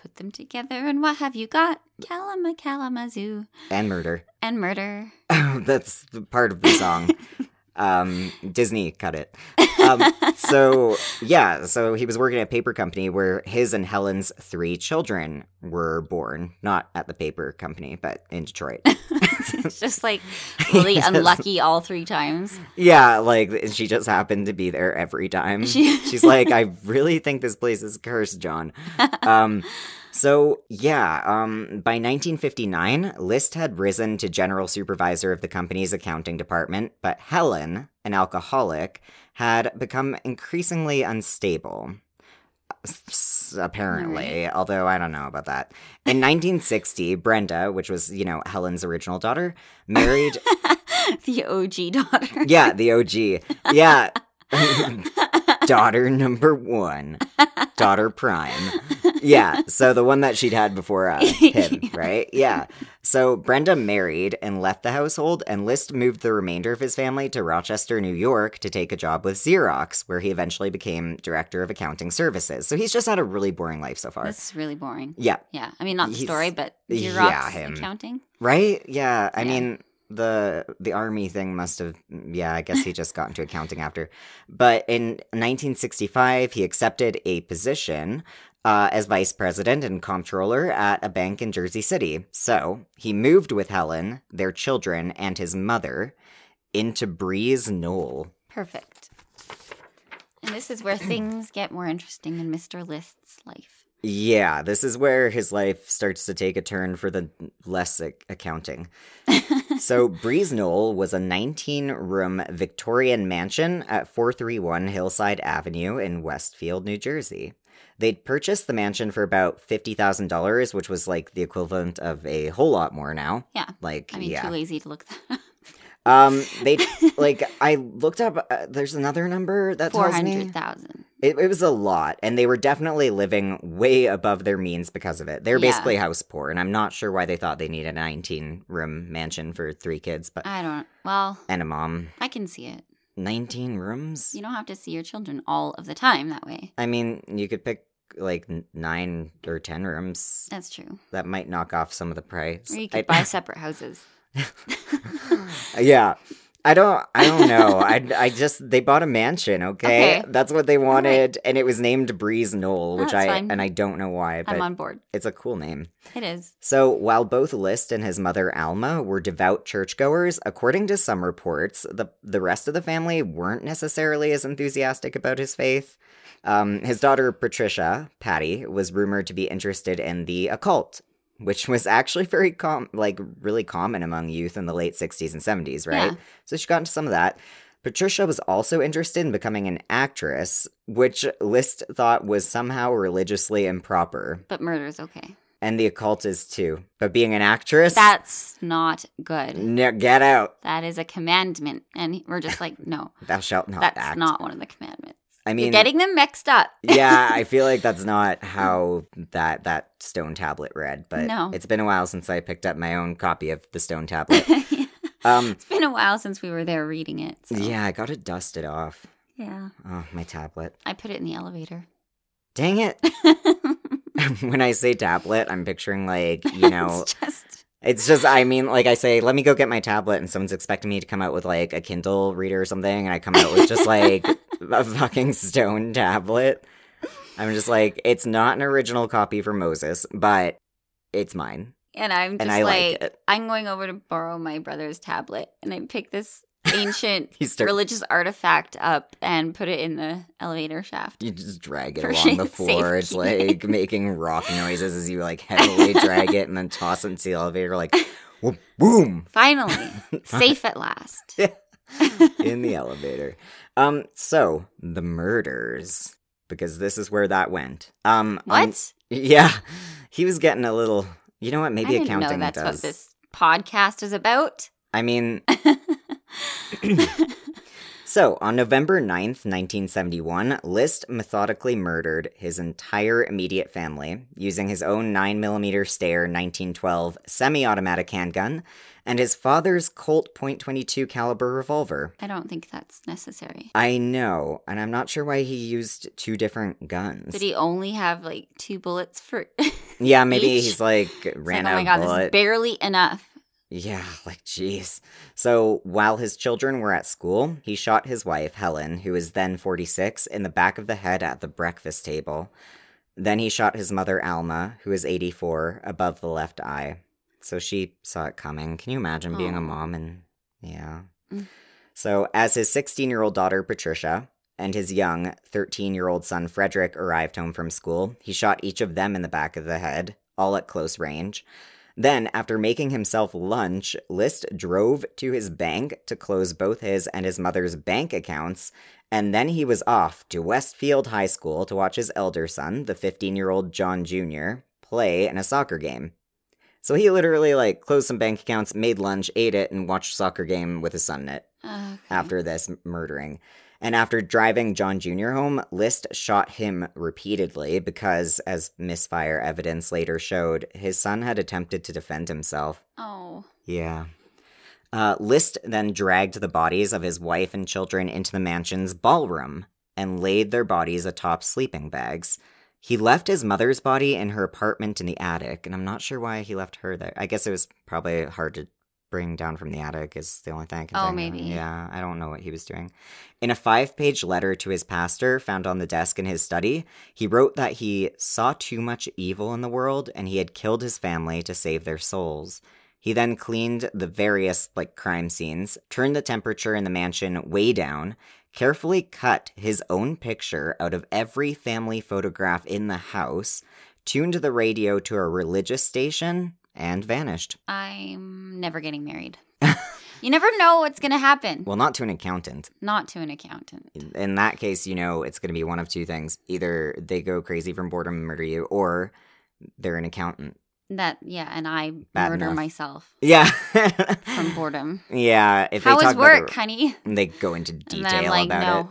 [SPEAKER 2] Put them together and what have you got? Kalama Kalamazoo.
[SPEAKER 1] and murder. [laughs]
[SPEAKER 2] And murder. [laughs]
[SPEAKER 1] That's the part of the song. um, Disney cut it. Um, so yeah, so he was working at a paper company where his and Helen's three children were born. Not at the paper company, but in Detroit.
[SPEAKER 2] it's just like really
[SPEAKER 1] [laughs] Yes.
[SPEAKER 2] unlucky all three times. [laughs]
[SPEAKER 1] yeah, like she just happened to be there every time.
[SPEAKER 2] She-
[SPEAKER 1] She's like, I really think this place is cursed, John. Um, so yeah, um, by 1959, List had risen to general supervisor of the company's accounting department, but Helen, an alcoholic, had become increasingly unstable. S- Apparently, although I don't know about that. In 1960, Brenda, which was, you know, Helen's original daughter, married
[SPEAKER 2] the OG daughter.
[SPEAKER 1] yeah, the OG. Yeah. [laughs] Daughter number one. Daughter prime. Yeah. So the one that she'd had before uh, him, right? Yeah. So Brenda married and left the household, and List moved the remainder of his family to Rochester, New York to take a job with Xerox, where he eventually became director of accounting services. So he's just had a really boring life so far.
[SPEAKER 2] This is really boring.
[SPEAKER 1] yeah.
[SPEAKER 2] Yeah. I mean, not the
[SPEAKER 1] He's-
[SPEAKER 2] story, but
[SPEAKER 1] yeah,
[SPEAKER 2] Xerox
[SPEAKER 1] him.
[SPEAKER 2] accounting.
[SPEAKER 1] Right? Yeah. I
[SPEAKER 2] Yeah.
[SPEAKER 1] mean, the the army thing must have yeah, I guess he just got into accounting after. But in 1965, he accepted a position uh, as vice president and comptroller at a bank in Jersey City. So he moved with Helen, their children, and his mother into Breeze Knoll.
[SPEAKER 2] Perfect. And this is where things get more interesting in Mr. List's life.
[SPEAKER 1] Yeah, this is where his life starts to take a turn for the less ac-
[SPEAKER 2] [laughs]
[SPEAKER 1] accounting. so, Breeze Knoll was a 19 room Victorian mansion at 431 Hillside Avenue in Westfield, New Jersey. They'd purchased the mansion for about $50,000, which was like the equivalent of a whole lot more now.
[SPEAKER 2] Yeah.
[SPEAKER 1] Like,
[SPEAKER 2] I mean,
[SPEAKER 1] yeah.
[SPEAKER 2] too lazy to look that up.
[SPEAKER 1] Um, they
[SPEAKER 2] [laughs]
[SPEAKER 1] like, I looked up, uh, there's another number that tells me.
[SPEAKER 2] 400,000.
[SPEAKER 1] It, it was a lot, and they were definitely living way above their means because of it. They're
[SPEAKER 2] Yeah.
[SPEAKER 1] basically house poor, and I'm not sure why they thought they needed a 19 room mansion for three kids, but
[SPEAKER 2] I don't. Well,
[SPEAKER 1] and a mom.
[SPEAKER 2] I can see it.
[SPEAKER 1] 19 rooms?
[SPEAKER 2] You don't have to see your children all of the time that way.
[SPEAKER 1] I mean, you could pick like n- nine or 10 rooms.
[SPEAKER 2] That's true.
[SPEAKER 1] That might knock off some of the price.
[SPEAKER 2] Or you could
[SPEAKER 1] I-
[SPEAKER 2] buy separate houses.
[SPEAKER 1] [laughs] yeah. I don't I don't know.
[SPEAKER 2] [laughs]
[SPEAKER 1] I I just they bought a mansion, okay?
[SPEAKER 2] Okay.
[SPEAKER 1] That's what they wanted and it was named Breeze Knoll, which
[SPEAKER 2] That's
[SPEAKER 1] I
[SPEAKER 2] fine.
[SPEAKER 1] and I don't know why, but
[SPEAKER 2] I'm on board.
[SPEAKER 1] it's a cool name.
[SPEAKER 2] It is.
[SPEAKER 1] So, while both List and his mother Alma were devout churchgoers, according to some reports, the, the rest of the family weren't necessarily as enthusiastic about his faith. Um, his daughter Patricia, Patty, was rumored to be interested in the occult, which was actually very com- like really common among youth in the late 60s and 70s, right?
[SPEAKER 2] Yeah.
[SPEAKER 1] So she got into some of that. Patricia was also interested in becoming an actress, which List thought was somehow religiously improper.
[SPEAKER 2] But murder's okay.
[SPEAKER 1] And the occult is too. But being an actress?
[SPEAKER 2] That's not good.
[SPEAKER 1] No, get out.
[SPEAKER 2] That is a commandment. And we're just like, no,
[SPEAKER 1] Thou shalt [laughs] not
[SPEAKER 2] that's
[SPEAKER 1] act.
[SPEAKER 2] not one of the commandments.
[SPEAKER 1] I
[SPEAKER 2] You're
[SPEAKER 1] mean,
[SPEAKER 2] getting [laughs] them mixed up.
[SPEAKER 1] yeah, I feel like that's not how that that stone tablet read, but
[SPEAKER 2] No.
[SPEAKER 1] it's been a while since I picked up my own copy of the stone tablet.
[SPEAKER 2] [laughs] [laughs]
[SPEAKER 1] Um
[SPEAKER 2] It's been a while since we were there reading it. so-
[SPEAKER 1] yeah, I got to dust it off.
[SPEAKER 2] Yeah.
[SPEAKER 1] Oh, my tablet.
[SPEAKER 2] I put it in the elevator. [laughs]
[SPEAKER 1] [laughs]
[SPEAKER 2] [laughs]
[SPEAKER 1] Dang it. when I say tablet, I'm picturing like, you know,
[SPEAKER 2] it's just
[SPEAKER 1] It's just, I mean, like I say, let me go get my tablet, and someone's expecting me to come out with like a Kindle reader or something, and I come out with
[SPEAKER 2] [laughs]
[SPEAKER 1] just like a fucking stone tablet. I'm just like, it's not an original copy for Moses, but it's mine,
[SPEAKER 2] And I'm just
[SPEAKER 1] and I
[SPEAKER 2] like,
[SPEAKER 1] like it.
[SPEAKER 2] I'm going over to borrow my brother's tablet. And I pick
[SPEAKER 1] [laughs]
[SPEAKER 2] this ancient
[SPEAKER 1] You start,
[SPEAKER 2] religious artifact up and put it in the elevator
[SPEAKER 1] [laughs]
[SPEAKER 2] shaft.
[SPEAKER 1] you just drag it
[SPEAKER 2] For
[SPEAKER 1] along the
[SPEAKER 2] sh-
[SPEAKER 1] floor.
[SPEAKER 2] [laughs]
[SPEAKER 1] It's
[SPEAKER 2] safety.
[SPEAKER 1] like making rock noises as you like heavily drag it and then toss it into the elevator, like whoop, boom. [laughs]
[SPEAKER 2] Finally, safe at last.
[SPEAKER 1] in the elevator. Um, so the murders, because this is where that went. Um,
[SPEAKER 2] What?
[SPEAKER 1] on- yeah, he was getting a little. You know what? Maybe
[SPEAKER 2] I didn't
[SPEAKER 1] accounting
[SPEAKER 2] know that's
[SPEAKER 1] does.
[SPEAKER 2] what this podcast is about.
[SPEAKER 1] [clears throat]
[SPEAKER 2] [laughs]
[SPEAKER 1] I mean, so on November 9th, 1971, List methodically murdered his entire immediate family using his own 9mm Stair 1912 semi automatic handgun and his father's Colt .22 caliber revolver.
[SPEAKER 2] I don't think that's necessary.
[SPEAKER 1] I know, and I'm not sure why he used two different guns.
[SPEAKER 2] Did he only have like two bullets for? [laughs]
[SPEAKER 1] yeah, maybe
[SPEAKER 2] each?
[SPEAKER 1] he's like
[SPEAKER 2] Like,
[SPEAKER 1] ran
[SPEAKER 2] oh my
[SPEAKER 1] out
[SPEAKER 2] god,
[SPEAKER 1] of
[SPEAKER 2] this is
[SPEAKER 1] bullet.
[SPEAKER 2] barely enough.
[SPEAKER 1] yeah, like jeez. So while his children were at school, he shot his wife Helen, who is then 46, in the back of the head at the breakfast table. Then he shot his mother Alma, who is 84, above the left eye. So she saw it coming. Can you imagine being
[SPEAKER 2] Aw.
[SPEAKER 1] a mom and yeah.
[SPEAKER 2] Mm.
[SPEAKER 1] So as his 16-year-old daughter Patricia and his young 13-year-old son Frederick arrived home from school, he shot each of them in the back of the head, all at close range. Then, after making himself lunch, List drove to his bank to close both his and his mother's bank accounts, and then he was off to Westfield High School to watch his elder son, the 15 year old John Jr., play in a soccer game. So he literally, like, closed some bank accounts, made lunch, ate it, and watched a soccer game with his son in it
[SPEAKER 2] Okay.
[SPEAKER 1] after this m- murdering. And after driving John Jr. home, List shot him repeatedly because, as misfire evidence later showed, his son had attempted to defend himself.
[SPEAKER 2] Oh,
[SPEAKER 1] Yeah. Uh, List then dragged the bodies of his wife and children into the mansion's ballroom and laid their bodies atop sleeping bags. He left his mother's body in her apartment in the attic, and I'm not sure why he left her there. I guess it was probably hard to bring down from the attic, is the only thing I can
[SPEAKER 2] Oh,
[SPEAKER 1] think of.
[SPEAKER 2] maybe.
[SPEAKER 1] Yeah, I don't know what he was doing. In a five page letter to his pastor found on the desk in his study, he wrote that he saw too much evil in the world and he had killed his family to save their souls. He then cleaned the various like crime scenes, turned the temperature in the mansion way down, carefully cut his own picture out of every family photograph in the house, tuned the radio to a religious station, and vanished.
[SPEAKER 2] I'm never getting
[SPEAKER 1] [laughs]
[SPEAKER 2] married. you never know what's gonna happen.
[SPEAKER 1] Well, not to an accountant.
[SPEAKER 2] Not to an accountant.
[SPEAKER 1] In that case, you know, it's going to be one of two things. Either they go crazy from boredom and murder you, or they're an accountant.
[SPEAKER 2] That yeah, and I
[SPEAKER 1] Bad
[SPEAKER 2] murder
[SPEAKER 1] enough.
[SPEAKER 2] myself
[SPEAKER 1] Yeah. [sighs]
[SPEAKER 2] from boredom.
[SPEAKER 1] [laughs] yeah. If
[SPEAKER 2] How
[SPEAKER 1] they
[SPEAKER 2] is
[SPEAKER 1] talk about
[SPEAKER 2] work,
[SPEAKER 1] the-
[SPEAKER 2] honey?
[SPEAKER 1] they go into
[SPEAKER 2] And
[SPEAKER 1] detail
[SPEAKER 2] then I'm like,
[SPEAKER 1] about
[SPEAKER 2] no,
[SPEAKER 1] it.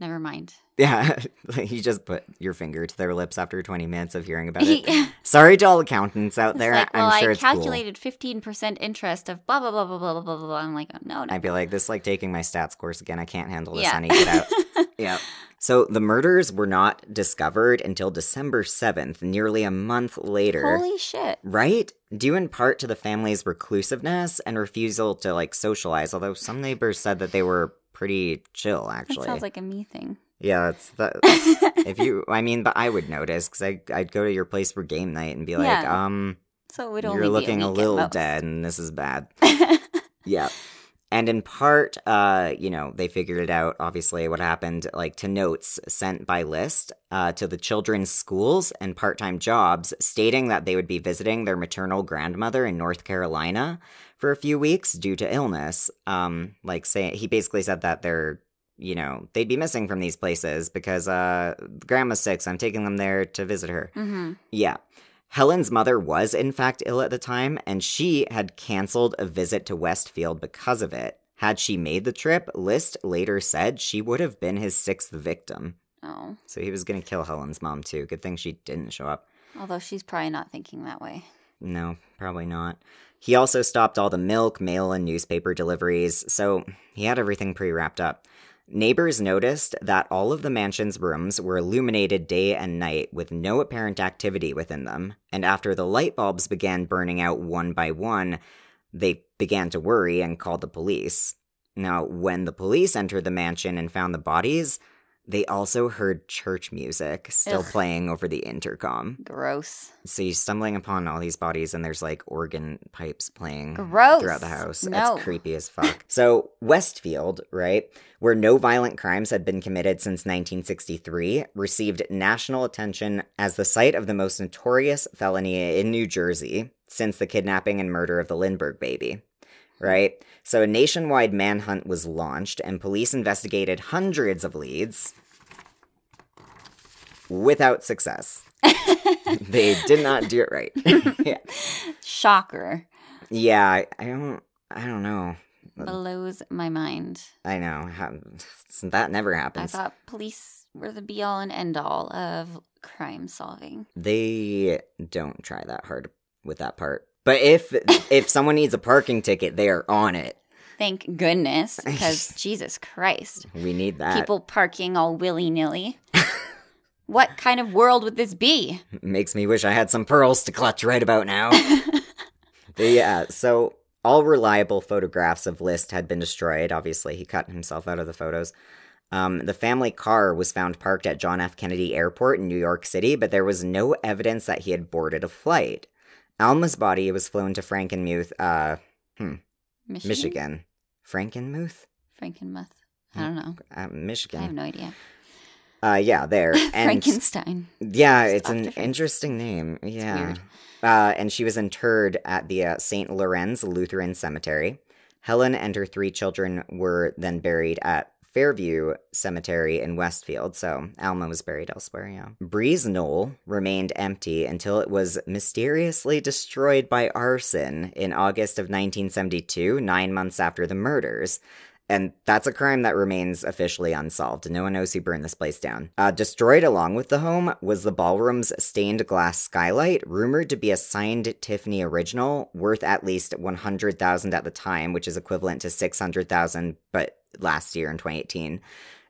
[SPEAKER 2] never mind.
[SPEAKER 1] Yeah, [laughs] like you just put your finger to their lips after 20 minutes of hearing about
[SPEAKER 2] [laughs]
[SPEAKER 1] it.
[SPEAKER 2] Yeah.
[SPEAKER 1] Sorry to all accountants out
[SPEAKER 2] It's
[SPEAKER 1] there.
[SPEAKER 2] like, well,
[SPEAKER 1] I'm sure
[SPEAKER 2] I
[SPEAKER 1] it's
[SPEAKER 2] calculated fifteen percent interest of blah blah blah blah blah blah blah. blah. I'm like, oh, no,
[SPEAKER 1] cool.
[SPEAKER 2] no,
[SPEAKER 1] I'd be like, this is like taking my stats course again. I can't handle this.
[SPEAKER 2] yeah.
[SPEAKER 1] I need to get
[SPEAKER 2] [laughs]
[SPEAKER 1] out. yeah. So the murders were not discovered until December 7th, nearly a month later.
[SPEAKER 2] Holy shit!
[SPEAKER 1] Right? Due in part to the family's reclusiveness and refusal to like socialize, although some neighbors said that they were pretty chill
[SPEAKER 2] That
[SPEAKER 1] actually.
[SPEAKER 2] sounds like a me thing. [laughs]
[SPEAKER 1] yeah, that's that if you i mean but i would notice because i'd go to your place for game night and be like
[SPEAKER 2] Yeah.
[SPEAKER 1] um
[SPEAKER 2] so it would only
[SPEAKER 1] you're looking
[SPEAKER 2] be
[SPEAKER 1] a,
[SPEAKER 2] a, week at
[SPEAKER 1] little
[SPEAKER 2] [laughs] most.
[SPEAKER 1] dead and this is bad yeah and in part uh you know they figured it out obviously what happened like to notes sent by list uh, to the children's schools and part-time jobs stating that they would be visiting their maternal grandmother in north carolina for a few weeks due to illness um like say he basically said that they're you know they'd be missing from these places because uh grandma's sick so i'm taking them there to visit her
[SPEAKER 2] hmm
[SPEAKER 1] yeah. Helen's mother was, in fact, ill at the time, and she had canceled a visit to Westfield because of it. Had she made the trip, List later said she would have been his sixth victim.
[SPEAKER 2] Oh,
[SPEAKER 1] So he was going to kill Helen's mom, too. Good thing she didn't show up.
[SPEAKER 2] although she's probably not thinking that way.
[SPEAKER 1] No, probably not. He also stopped all the milk, mail, and newspaper deliveries, so he had everything pre wrapped up. Neighbors noticed that all of the mansion's rooms were illuminated day and night with no apparent activity within them, and after the light bulbs began burning out one by one, they began to worry and called the police. Now, when the police entered the mansion and found the bodies, they also heard church music still
[SPEAKER 2] Ugh.
[SPEAKER 1] playing over the intercom.
[SPEAKER 2] Gross.
[SPEAKER 1] So you're stumbling upon all these bodies, and there's like organ pipes playing
[SPEAKER 2] Gross.
[SPEAKER 1] throughout the house.
[SPEAKER 2] No.
[SPEAKER 1] It's creepy as fuck. so, Westfield, right, where no violent crimes had been committed since 1963, received national attention as the site of the most notorious felony in New Jersey since the kidnapping and murder of the Lindbergh baby. Right? So, a nationwide manhunt was launched, and police investigated hundreds of leads without success. they did not do it
[SPEAKER 2] [laughs]
[SPEAKER 1] right. yeah.
[SPEAKER 2] Shocker.
[SPEAKER 1] Yeah, I, I don't. I don't know.
[SPEAKER 2] Blows my mind.
[SPEAKER 1] I know ha- that never
[SPEAKER 2] I
[SPEAKER 1] happens.
[SPEAKER 2] thought police were the be all and end all of crime solving.
[SPEAKER 1] They don't try that hard with that part. But if if someone needs a parking ticket, they are on it.
[SPEAKER 2] Thank goodness,
[SPEAKER 1] [laughs]
[SPEAKER 2] because Jesus Christ,
[SPEAKER 1] We need that.
[SPEAKER 2] people parking all willy
[SPEAKER 1] [laughs]
[SPEAKER 2] nilly. what kind of world would this be?
[SPEAKER 1] Makes me wish I had some pearls to clutch right
[SPEAKER 2] [laughs]
[SPEAKER 1] about now. But yeah, so all reliable photographs of List had been destroyed. Obviously, he cut himself out of the photos. Um, the family car was found parked at John F. Kennedy Airport in New York City, but there was no evidence that he had boarded a flight. Alma's body was flown to Frankenmuth, uh,
[SPEAKER 2] Michigan?
[SPEAKER 1] Michigan. Frankenmuth?
[SPEAKER 2] Frankenmuth.
[SPEAKER 1] Hmm.
[SPEAKER 2] I don't know.
[SPEAKER 1] Uh,
[SPEAKER 2] I have
[SPEAKER 1] Michigan.
[SPEAKER 2] no idea.
[SPEAKER 1] Uh, yeah,
[SPEAKER 2] [laughs]
[SPEAKER 1] there. And
[SPEAKER 2] Frankenstein.
[SPEAKER 1] yeah,
[SPEAKER 2] It's
[SPEAKER 1] it's
[SPEAKER 2] off
[SPEAKER 1] an
[SPEAKER 2] different.
[SPEAKER 1] interesting name. Yeah.
[SPEAKER 2] weird.
[SPEAKER 1] Uh, and she was interred at the uh, St. Lorenz Lutheran Cemetery. Helen and her three children were then buried at Fairview Cemetery in Westfield, so Alma was buried elsewhere, yeah. Breeze Knoll remained empty until it was mysteriously destroyed by arson in August of 1972, nine months after the murders. And that's a crime that remains officially unsolved. No one knows who burned this place down. Uh, destroyed along with the home was the ballroom's stained glass skylight, rumored to be a signed Tiffany original, worth at least one hundred thousand at the time, which is equivalent to six hundred thousand, but last year in twenty eighteen.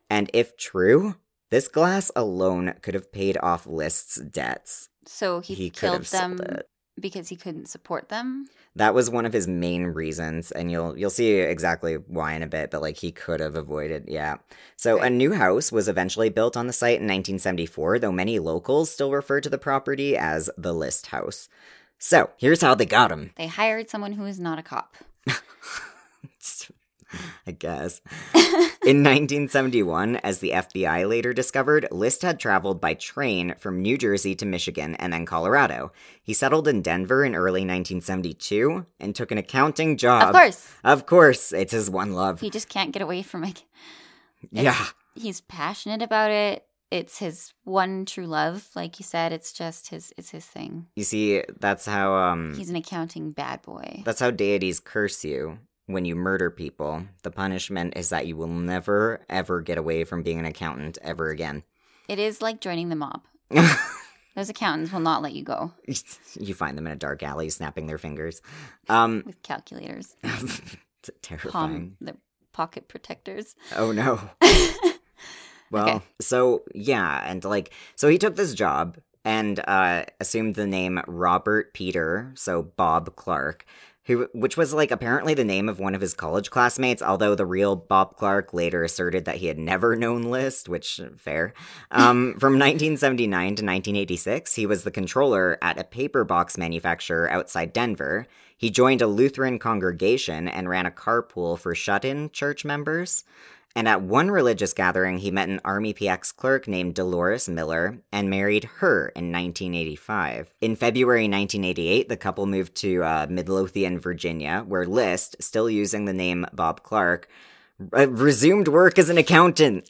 [SPEAKER 1] And if true, this glass alone could have paid off List's debts.
[SPEAKER 2] So he,
[SPEAKER 1] He could
[SPEAKER 2] killed
[SPEAKER 1] have sold
[SPEAKER 2] them
[SPEAKER 1] it.
[SPEAKER 2] because he couldn't support them.
[SPEAKER 1] That was one of his main reasons, and you'll you'll see exactly why in a bit. But like he could have avoided, yeah. So a
[SPEAKER 2] Right.
[SPEAKER 1] new house was eventually built on the site in 1974, though many locals still refer to the property as the List House. So here's how they got him, [laughs]
[SPEAKER 2] They hired someone who is not a cop. [laughs]
[SPEAKER 1] I guess. In 1971, as the FBI later discovered, List had traveled by train from New Jersey to Michigan and then Colorado. He settled in Denver in early 1972 and took an accounting job.
[SPEAKER 2] of course,
[SPEAKER 1] Of course, it's his one love.
[SPEAKER 2] he just can't get away from like
[SPEAKER 1] yeah.
[SPEAKER 2] he's passionate about it. It's his one true love, like you said. It's just his. It's his thing.
[SPEAKER 1] You see, that's how um
[SPEAKER 2] He's an accounting bad boy.
[SPEAKER 1] that's how deities curse you when you murder people. The punishment is that you will never ever get away from being an accountant ever again. [laughs]
[SPEAKER 2] It is like joining the mob. Those accountants will not let you go
[SPEAKER 1] you find them in a dark alley snapping their fingers. Um [laughs]
[SPEAKER 2] with calculators,
[SPEAKER 1] it's
[SPEAKER 2] palm,
[SPEAKER 1] terrifying.
[SPEAKER 2] their pocket protectors.
[SPEAKER 1] Oh no. Well,
[SPEAKER 2] Okay.
[SPEAKER 1] so yeah, and like so he took this job and uh assumed the name Robert Peter, so Bob Clark, who which was like apparently the name of one of his college classmates, although the real Bob Clark later asserted that he had never known List, which fair. Um from 1979 to 1986, he was the controller at a paper box manufacturer outside Denver. He joined a Lutheran congregation and ran a carpool for shut-in church members. And at one religious gathering, he met an Army PX clerk named Dolores Miller and married her in 1985. In February 1988, the couple moved to uh, Midlothian, Virginia, where List, still using the name Bob Clark, uh, resumed work as an accountant.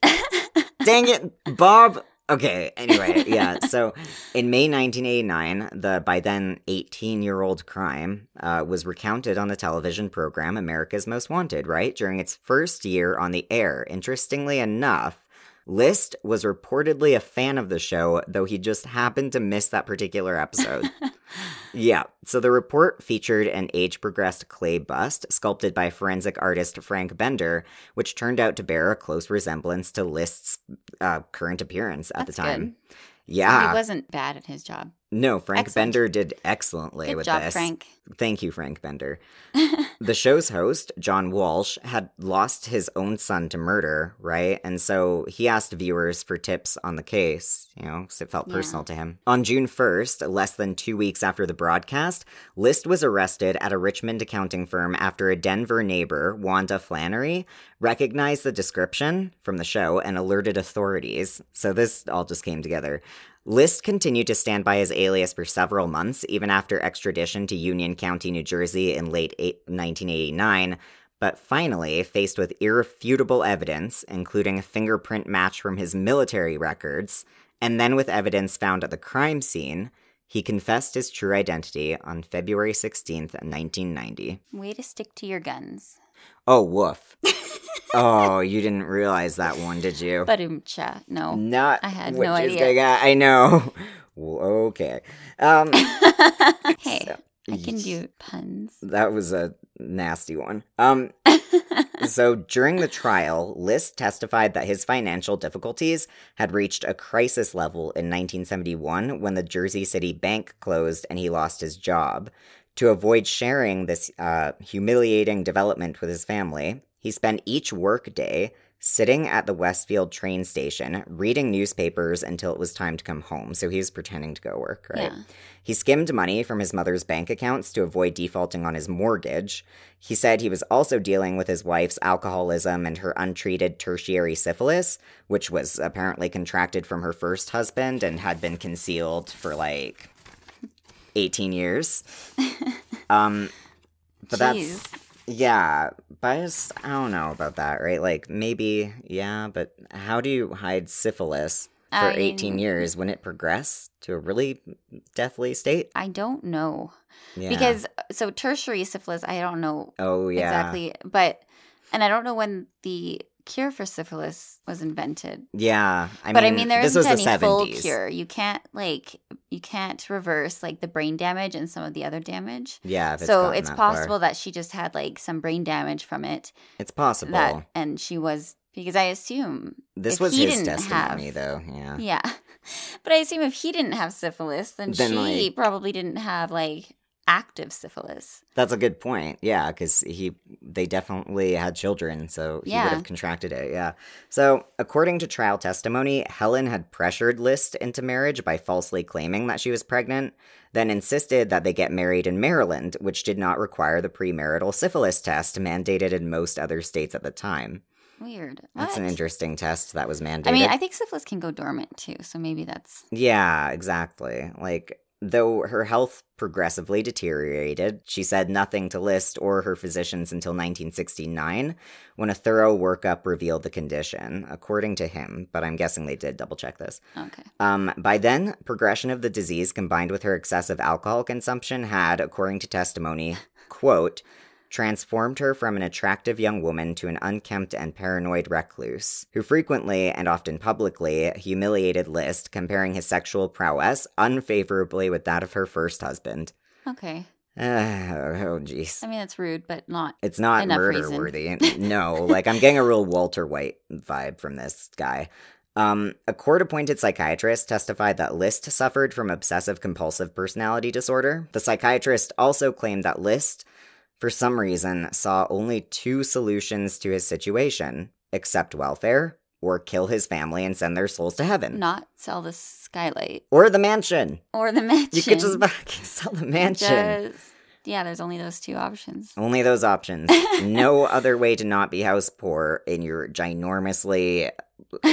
[SPEAKER 1] Dang it, Bob. Okay, anyway, yeah. So in May 1989, the by then 18 year old crime uh, was recounted on the television program America's Most Wanted, right? During its first year on the air. Interestingly enough, List was reportedly a fan of the show, though he just happened to miss that particular
[SPEAKER 2] [laughs]
[SPEAKER 1] episode. yeah, so the report featured an age progressed clay bust sculpted by forensic artist Frank Bender, which turned out to bear a close resemblance to List's uh, current appearance at
[SPEAKER 2] That's
[SPEAKER 1] the time.
[SPEAKER 2] good.
[SPEAKER 1] Yeah.
[SPEAKER 2] He wasn't bad at his job.
[SPEAKER 1] no, Frank
[SPEAKER 2] Excellent.
[SPEAKER 1] Bender did excellently
[SPEAKER 2] Good
[SPEAKER 1] with
[SPEAKER 2] job,
[SPEAKER 1] this.
[SPEAKER 2] Frank.
[SPEAKER 1] Thank you, Frank Bender.
[SPEAKER 2] [laughs]
[SPEAKER 1] the show's host, John Walsh, had lost his own son to murder, right? And so he asked viewers for tips on the case, you know, because it felt
[SPEAKER 2] Yeah.
[SPEAKER 1] personal to him. On June 1st, less than two weeks after the broadcast, List was arrested at a Richmond accounting firm after a Denver neighbor, Wanda Flannery, recognized the description from the show and alerted authorities. So this all just came together. List continued to stand by his alias for several months, even after extradition to Union County, New Jersey in late eight- 1989. But finally, faced with irrefutable evidence, including a fingerprint match from his military records, and then with evidence found at the crime scene, he confessed his true identity on February 16th, 1990.
[SPEAKER 2] Way to stick to your guns. [laughs]
[SPEAKER 1] Oh, woof. oh, you didn't realize that one, did you?
[SPEAKER 2] Badumcha. No.
[SPEAKER 1] Not
[SPEAKER 2] I had
[SPEAKER 1] what
[SPEAKER 2] no
[SPEAKER 1] she's
[SPEAKER 2] idea.
[SPEAKER 1] gonna- I know. [laughs] Okay.
[SPEAKER 2] [laughs] [coughs]
[SPEAKER 1] Um,
[SPEAKER 2] hey,
[SPEAKER 1] so-
[SPEAKER 2] I can do puns.
[SPEAKER 1] That was a nasty one. Um, so during the trial, List testified that his financial difficulties had reached a crisis level in 1971 when the Jersey City Bank closed and he lost his job. To avoid sharing this uh, humiliating development with his family, he spent each workday sitting at the Westfield train station reading newspapers until it was time to come home. So he was pretending to go work, right?
[SPEAKER 2] Yeah.
[SPEAKER 1] He skimmed money from his mother's bank accounts to avoid defaulting on his mortgage. He said he was also dealing with his wife's alcoholism and her untreated tertiary syphilis, which was apparently contracted from her first husband and had been concealed for like 18 years. um, but that's.
[SPEAKER 2] Jeez.
[SPEAKER 1] Yeah, but I just, I don't know about that, right? Like, maybe, yeah, but how do you hide syphilis for
[SPEAKER 2] I
[SPEAKER 1] 18 years when it progressed to a really deathly state?
[SPEAKER 2] I don't know.
[SPEAKER 1] Yeah.
[SPEAKER 2] Because, so tertiary syphilis, I don't know
[SPEAKER 1] oh yeah,
[SPEAKER 2] exactly. But, and I don't know when the cure for syphilis was invented.
[SPEAKER 1] yeah. I
[SPEAKER 2] but
[SPEAKER 1] mean,
[SPEAKER 2] I mean, there
[SPEAKER 1] this
[SPEAKER 2] isn't
[SPEAKER 1] was
[SPEAKER 2] any
[SPEAKER 1] the
[SPEAKER 2] full
[SPEAKER 1] 70s.
[SPEAKER 2] cure. You can't, like, you can't reverse, like, the brain damage and some of the other damage.
[SPEAKER 1] Yeah, if it's
[SPEAKER 2] so
[SPEAKER 1] gotten
[SPEAKER 2] it's
[SPEAKER 1] that far.
[SPEAKER 2] possible that she just had, like, some brain damage from it.
[SPEAKER 1] It's possible.
[SPEAKER 2] That, and she was, because I assume
[SPEAKER 1] this
[SPEAKER 2] if
[SPEAKER 1] was
[SPEAKER 2] he
[SPEAKER 1] his
[SPEAKER 2] didn't
[SPEAKER 1] testimony,
[SPEAKER 2] have-
[SPEAKER 1] though. Yeah.
[SPEAKER 2] Yeah. [laughs] But I assume if he didn't have syphilis, then,
[SPEAKER 1] Then,
[SPEAKER 2] she
[SPEAKER 1] like-
[SPEAKER 2] probably didn't have like active syphilis.
[SPEAKER 1] that's a good point. Yeah, because he they definitely had children, so he
[SPEAKER 2] Yeah.
[SPEAKER 1] would have contracted it. Yeah. So according to trial testimony, Helen had pressured List into marriage by falsely claiming that she was pregnant, then insisted that they get married in Maryland, which did not require the premarital syphilis test mandated in most other states at the time.
[SPEAKER 2] Weird.
[SPEAKER 1] That's an
[SPEAKER 2] What?
[SPEAKER 1] interesting test that was mandated.
[SPEAKER 2] I mean, I think syphilis can go dormant too, so maybe that's
[SPEAKER 1] Yeah, exactly. Like, though her health progressively deteriorated, she said nothing to List or her physicians until 1969, when a thorough workup revealed the condition, according to him, but I'm guessing they did double check this.
[SPEAKER 2] okay.
[SPEAKER 1] Um, by then, progression of the disease combined with her excessive alcohol consumption had, according to testimony, quote, transformed her from an attractive young woman to an unkempt and paranoid recluse, who frequently and often publicly humiliated List, comparing his sexual prowess unfavorably with that of her first husband. [sighs]
[SPEAKER 2] Okay.
[SPEAKER 1] oh, jeez.
[SPEAKER 2] I mean, that's rude, but not.
[SPEAKER 1] It's not
[SPEAKER 2] Enough
[SPEAKER 1] murder
[SPEAKER 2] reason.
[SPEAKER 1] worthy.
[SPEAKER 2] [laughs]
[SPEAKER 1] No, like I'm getting a real Walter White vibe from this guy. Um, a court appointed psychiatrist testified that List suffered from obsessive compulsive personality disorder. The psychiatrist also claimed that List, for some reason, saw only two solutions to his situation accept welfare or kill his family and send their souls to heaven.
[SPEAKER 2] Not sell the skylight
[SPEAKER 1] Or the mansion.
[SPEAKER 2] or the [laughs] mansion.
[SPEAKER 1] You could just fucking [laughs] sell the mansion. Oh.
[SPEAKER 2] Just- yeah, there's only those two options.
[SPEAKER 1] Only those options. no other way to not be house poor in your ginormously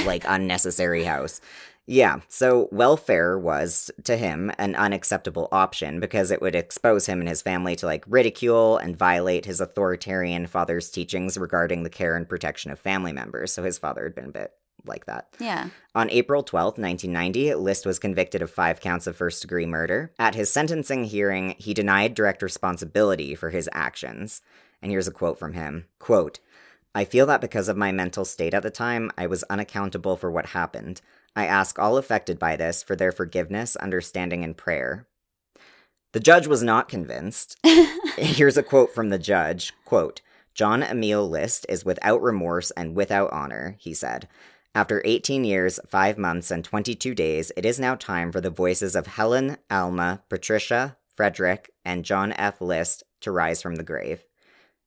[SPEAKER 1] like unnecessary house. Yeah, so welfare was to him an unacceptable option because it would expose him and his family to like ridicule and violate his authoritarian father's teachings regarding the care and protection of family members. So his father had been a bit like that.
[SPEAKER 2] Yeah.
[SPEAKER 1] On April 12, 1990, List was convicted of five counts of first degree murder. At his sentencing hearing, he denied direct responsibility for his actions. And here's a quote from him Quote, I feel that because of my mental state at the time, I was unaccountable for what happened. I ask all affected by this for their forgiveness, understanding, and prayer. The judge was not convinced. Here's a quote from the judge quote, John Emil List is without remorse and without honor, he said. After 18 years, 5 months, and 22 days, it is now time for the voices of Helen, Alma, Patricia, Frederick, and John F. List to rise from the grave.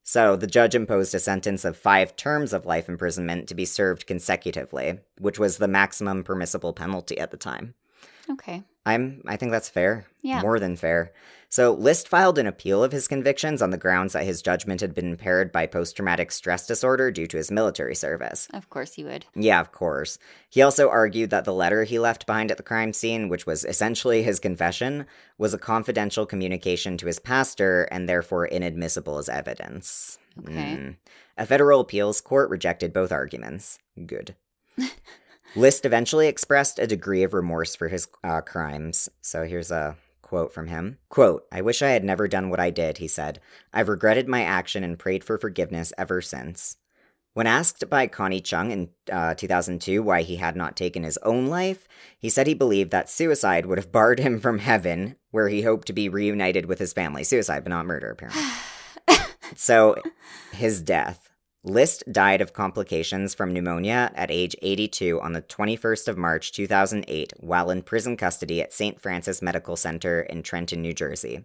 [SPEAKER 1] So the judge imposed a sentence of five terms of life imprisonment to be served consecutively, which was the maximum permissible penalty at the time.
[SPEAKER 2] okay.
[SPEAKER 1] I'm I think that's fair.
[SPEAKER 2] Yeah.
[SPEAKER 1] More than fair. So List filed an appeal of his convictions on the grounds that his judgment had been impaired by post traumatic stress disorder due to his military service.
[SPEAKER 2] Of course you would.
[SPEAKER 1] Yeah, of course. He also argued that the letter he left behind at the crime scene, which was essentially his confession, was a confidential communication to his pastor and therefore inadmissible as evidence. Hmm.
[SPEAKER 2] Okay.
[SPEAKER 1] A federal appeals court rejected both arguments. Good. [laughs] List eventually expressed a degree of remorse for his uh, crimes. So here's a quote from him quote i wish i had never done what i did he said i've regretted my action and prayed for forgiveness ever since when asked by Connie Chung in uh, 2002 why he had not taken his own life, he said he believed that suicide would have barred him from heaven, where he hoped to be reunited with his family. Suicide, but not murder, apparently. so, his death. List died of complications from pneumonia at age 82 on the 21st of March 2008 while in prison custody at St. Francis Medical Center in Trenton, New Jersey.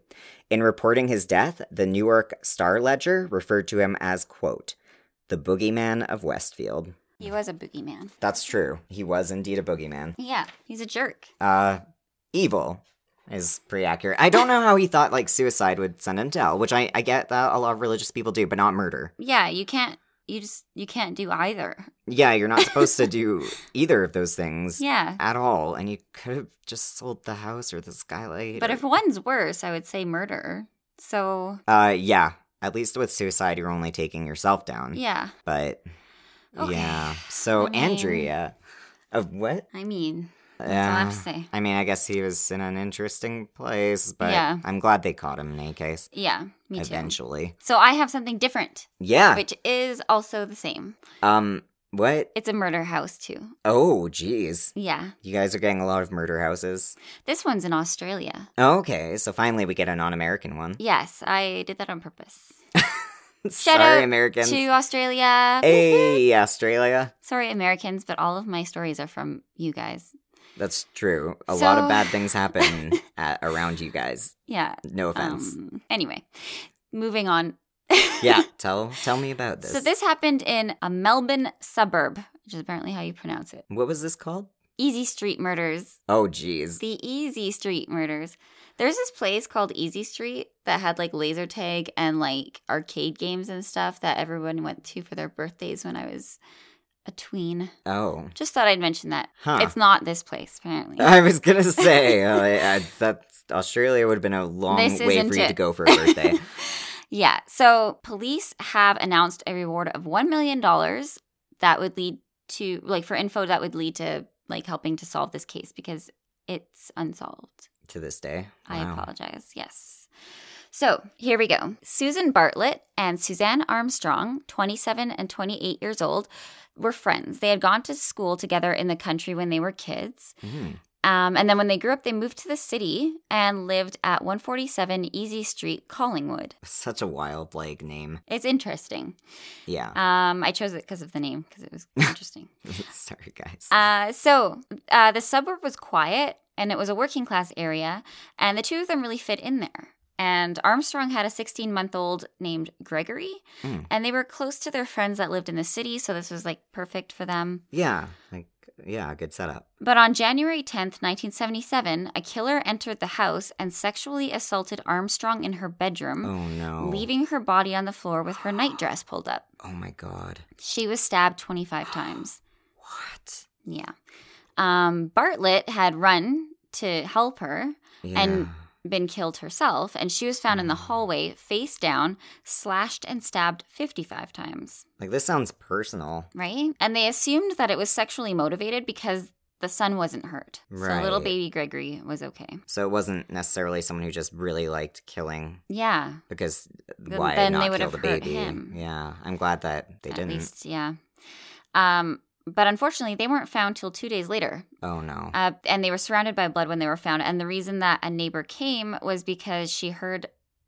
[SPEAKER 1] In reporting his death, the Newark Star Ledger referred to him as, quote, the boogeyman of Westfield.
[SPEAKER 2] He was a boogeyman.
[SPEAKER 1] That's true. He was indeed a boogeyman.
[SPEAKER 2] Yeah, he's a jerk.
[SPEAKER 1] Uh, evil is pretty accurate. I don't know how he thought like suicide would send him to hell, which I, I get that a lot of religious people do, but not murder.
[SPEAKER 2] Yeah, you can't. You just you can't do either.
[SPEAKER 1] Yeah, you're not supposed
[SPEAKER 2] [laughs]
[SPEAKER 1] to do either of those things
[SPEAKER 2] Yeah,
[SPEAKER 1] at all, and you could have just sold the house or the skylight.
[SPEAKER 2] but
[SPEAKER 1] or-
[SPEAKER 2] if one's worse, I would say murder. So
[SPEAKER 1] uh, yeah, at least with suicide, you're only taking yourself down.
[SPEAKER 2] yeah,
[SPEAKER 1] But
[SPEAKER 2] Okay.
[SPEAKER 1] yeah, so
[SPEAKER 2] I mean-
[SPEAKER 1] Andrea, of what?
[SPEAKER 2] I mean, that's all I
[SPEAKER 1] Yeah.
[SPEAKER 2] have to say.
[SPEAKER 1] I mean, I guess he was in an interesting place, but
[SPEAKER 2] Yeah.
[SPEAKER 1] I'm glad they caught him in any case.
[SPEAKER 2] Yeah, me too.
[SPEAKER 1] eventually.
[SPEAKER 2] So I have something different,
[SPEAKER 1] Yeah.
[SPEAKER 2] which is also the same.
[SPEAKER 1] Um, what?
[SPEAKER 2] It's a murder house too.
[SPEAKER 1] Oh, geez.
[SPEAKER 2] Yeah,
[SPEAKER 1] You guys are getting a lot of murder houses.
[SPEAKER 2] this one's in Australia.
[SPEAKER 1] Okay, so finally we get a non American one.
[SPEAKER 2] Yes, I did that on purpose. Shout
[SPEAKER 1] [laughs] Sorry,
[SPEAKER 2] out
[SPEAKER 1] Americans.
[SPEAKER 2] To Australia.
[SPEAKER 1] hey, Australia.
[SPEAKER 2] Sorry, Americans, but all of my stories are from you guys.
[SPEAKER 1] That's true. A lot of
[SPEAKER 2] So-
[SPEAKER 1] bad
[SPEAKER 2] [laughs]
[SPEAKER 1] things happen at, around you guys.
[SPEAKER 2] Yeah.
[SPEAKER 1] No
[SPEAKER 2] [laughs]
[SPEAKER 1] offense.
[SPEAKER 2] Um, anyway, moving on. [laughs]
[SPEAKER 1] yeah, tell tell me about this.
[SPEAKER 2] So this happened in a Melbourne suburb, which is apparently how you pronounce it.
[SPEAKER 1] What was this called?
[SPEAKER 2] Easy Street Murders.
[SPEAKER 1] Oh, geez.
[SPEAKER 2] The Easy Street Murders. There's this place called Easy Street that had like laser tag and like arcade games and stuff that everyone went to for their birthdays when I was a tween.
[SPEAKER 1] Oh,
[SPEAKER 2] Just thought I'd mention that.
[SPEAKER 1] huh.
[SPEAKER 2] It's not this place, apparently. [laughs]
[SPEAKER 1] [laughs] I was gonna say uh, I- that Australia would have been a long
[SPEAKER 2] This
[SPEAKER 1] way for
[SPEAKER 2] isn't
[SPEAKER 1] you
[SPEAKER 2] it.
[SPEAKER 1] to go for a
[SPEAKER 2] [laughs]
[SPEAKER 1] birthday.
[SPEAKER 2] yeah. So police have announced a reward of $1 million that would lead to, like, for info that would lead to, like, helping to solve this case because it's unsolved.
[SPEAKER 1] to this day.
[SPEAKER 2] I
[SPEAKER 1] Wow.
[SPEAKER 2] apologize. Yes. So here we go. Susan Bartlett and Suzanne Armstrong, 27 and 28 years old, were friends. They had gone to school together in the country when they were kids.
[SPEAKER 1] Mhm.
[SPEAKER 2] Um, and then when they grew up, they moved to the city and lived at 147 Easy Street, Collingwood.
[SPEAKER 1] Such a wild like name.
[SPEAKER 2] It's interesting.
[SPEAKER 1] Yeah.
[SPEAKER 2] Um, I chose it because of the name because it was interesting.
[SPEAKER 1] [laughs] Sorry, guys.
[SPEAKER 2] uh, so uh, the suburb was quiet and it was a working class area, and the two of them really fit in there. And Armstrong had a 16 month old named Gregory,
[SPEAKER 1] Mm.
[SPEAKER 2] and they were close to their friends that lived in the city, so this was like perfect for them.
[SPEAKER 1] yeah. Like yeah, good setup.
[SPEAKER 2] But on January 10th, 1977, a killer entered the house and sexually assaulted Armstrong in her bedroom,
[SPEAKER 1] Oh no.
[SPEAKER 2] Mm, leaving her body on the floor with her nightdress pulled up.
[SPEAKER 1] Oh my god.
[SPEAKER 2] She was stabbed 25 times.
[SPEAKER 1] What?
[SPEAKER 2] Yeah. Um, Bartlett had run to help her,
[SPEAKER 1] Yeah.
[SPEAKER 2] And- been killed herself, and she was found in the
[SPEAKER 1] Mm.
[SPEAKER 2] hallway, face down, slashed and stabbed 55 times,
[SPEAKER 1] like this sounds personal.
[SPEAKER 2] right? And they assumed that it was sexually motivated because the son wasn't hurt. So little
[SPEAKER 1] Right.
[SPEAKER 2] baby Gregory was okay.
[SPEAKER 1] So it wasn't necessarily someone who just really liked killing
[SPEAKER 2] Yeah.
[SPEAKER 1] because
[SPEAKER 2] Then-
[SPEAKER 1] why
[SPEAKER 2] then they
[SPEAKER 1] not
[SPEAKER 2] would
[SPEAKER 1] kill
[SPEAKER 2] have
[SPEAKER 1] the
[SPEAKER 2] hurt
[SPEAKER 1] baby?
[SPEAKER 2] him.
[SPEAKER 1] Yeah, I'm glad that they
[SPEAKER 2] at
[SPEAKER 1] didn't.
[SPEAKER 2] least, yeah. Um, but unfortunately, they weren't found till two days later.
[SPEAKER 1] Oh no.
[SPEAKER 2] Uh, and they were surrounded by blood when they were found. And the reason that a neighbor came was because she heard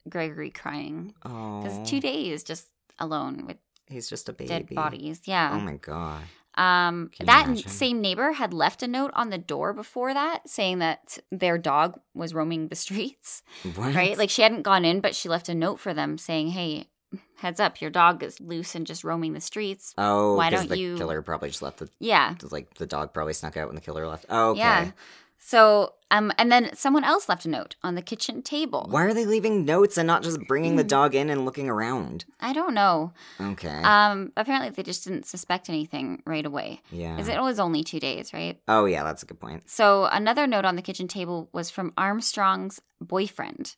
[SPEAKER 2] Gregory crying. Because
[SPEAKER 1] oh,
[SPEAKER 2] two days just alone with
[SPEAKER 1] he's just a baby.
[SPEAKER 2] dead bodies.
[SPEAKER 1] Oh
[SPEAKER 2] Yeah.
[SPEAKER 1] my god.
[SPEAKER 2] um,
[SPEAKER 1] Can you
[SPEAKER 2] that
[SPEAKER 1] imagine?
[SPEAKER 2] same neighbor had left a note on the door before that saying that their dog was roaming the streets,
[SPEAKER 1] [laughs] What?
[SPEAKER 2] right? Like she hadn't gone in, but she left a note for them saying, hey, heads up, your dog is loose and just roaming the streets.
[SPEAKER 1] oh,
[SPEAKER 2] why
[SPEAKER 1] 'cause
[SPEAKER 2] don't
[SPEAKER 1] the
[SPEAKER 2] you-
[SPEAKER 1] killer probably just left the
[SPEAKER 2] Yeah.
[SPEAKER 1] like the dog probably snuck out when the killer left. Oh, okay.
[SPEAKER 2] Yeah. So, um, and then someone else left a note on the kitchen table.
[SPEAKER 1] Why are they leaving notes and not just bringing the dog in and looking around?
[SPEAKER 2] I don't know.
[SPEAKER 1] Okay.
[SPEAKER 2] Um, apparently they just didn't suspect anything right away.
[SPEAKER 1] yeah.
[SPEAKER 2] 'Cause it was only two days, right?
[SPEAKER 1] oh yeah, that's a good point.
[SPEAKER 2] So another note on the kitchen table was from Armstrong's boyfriend.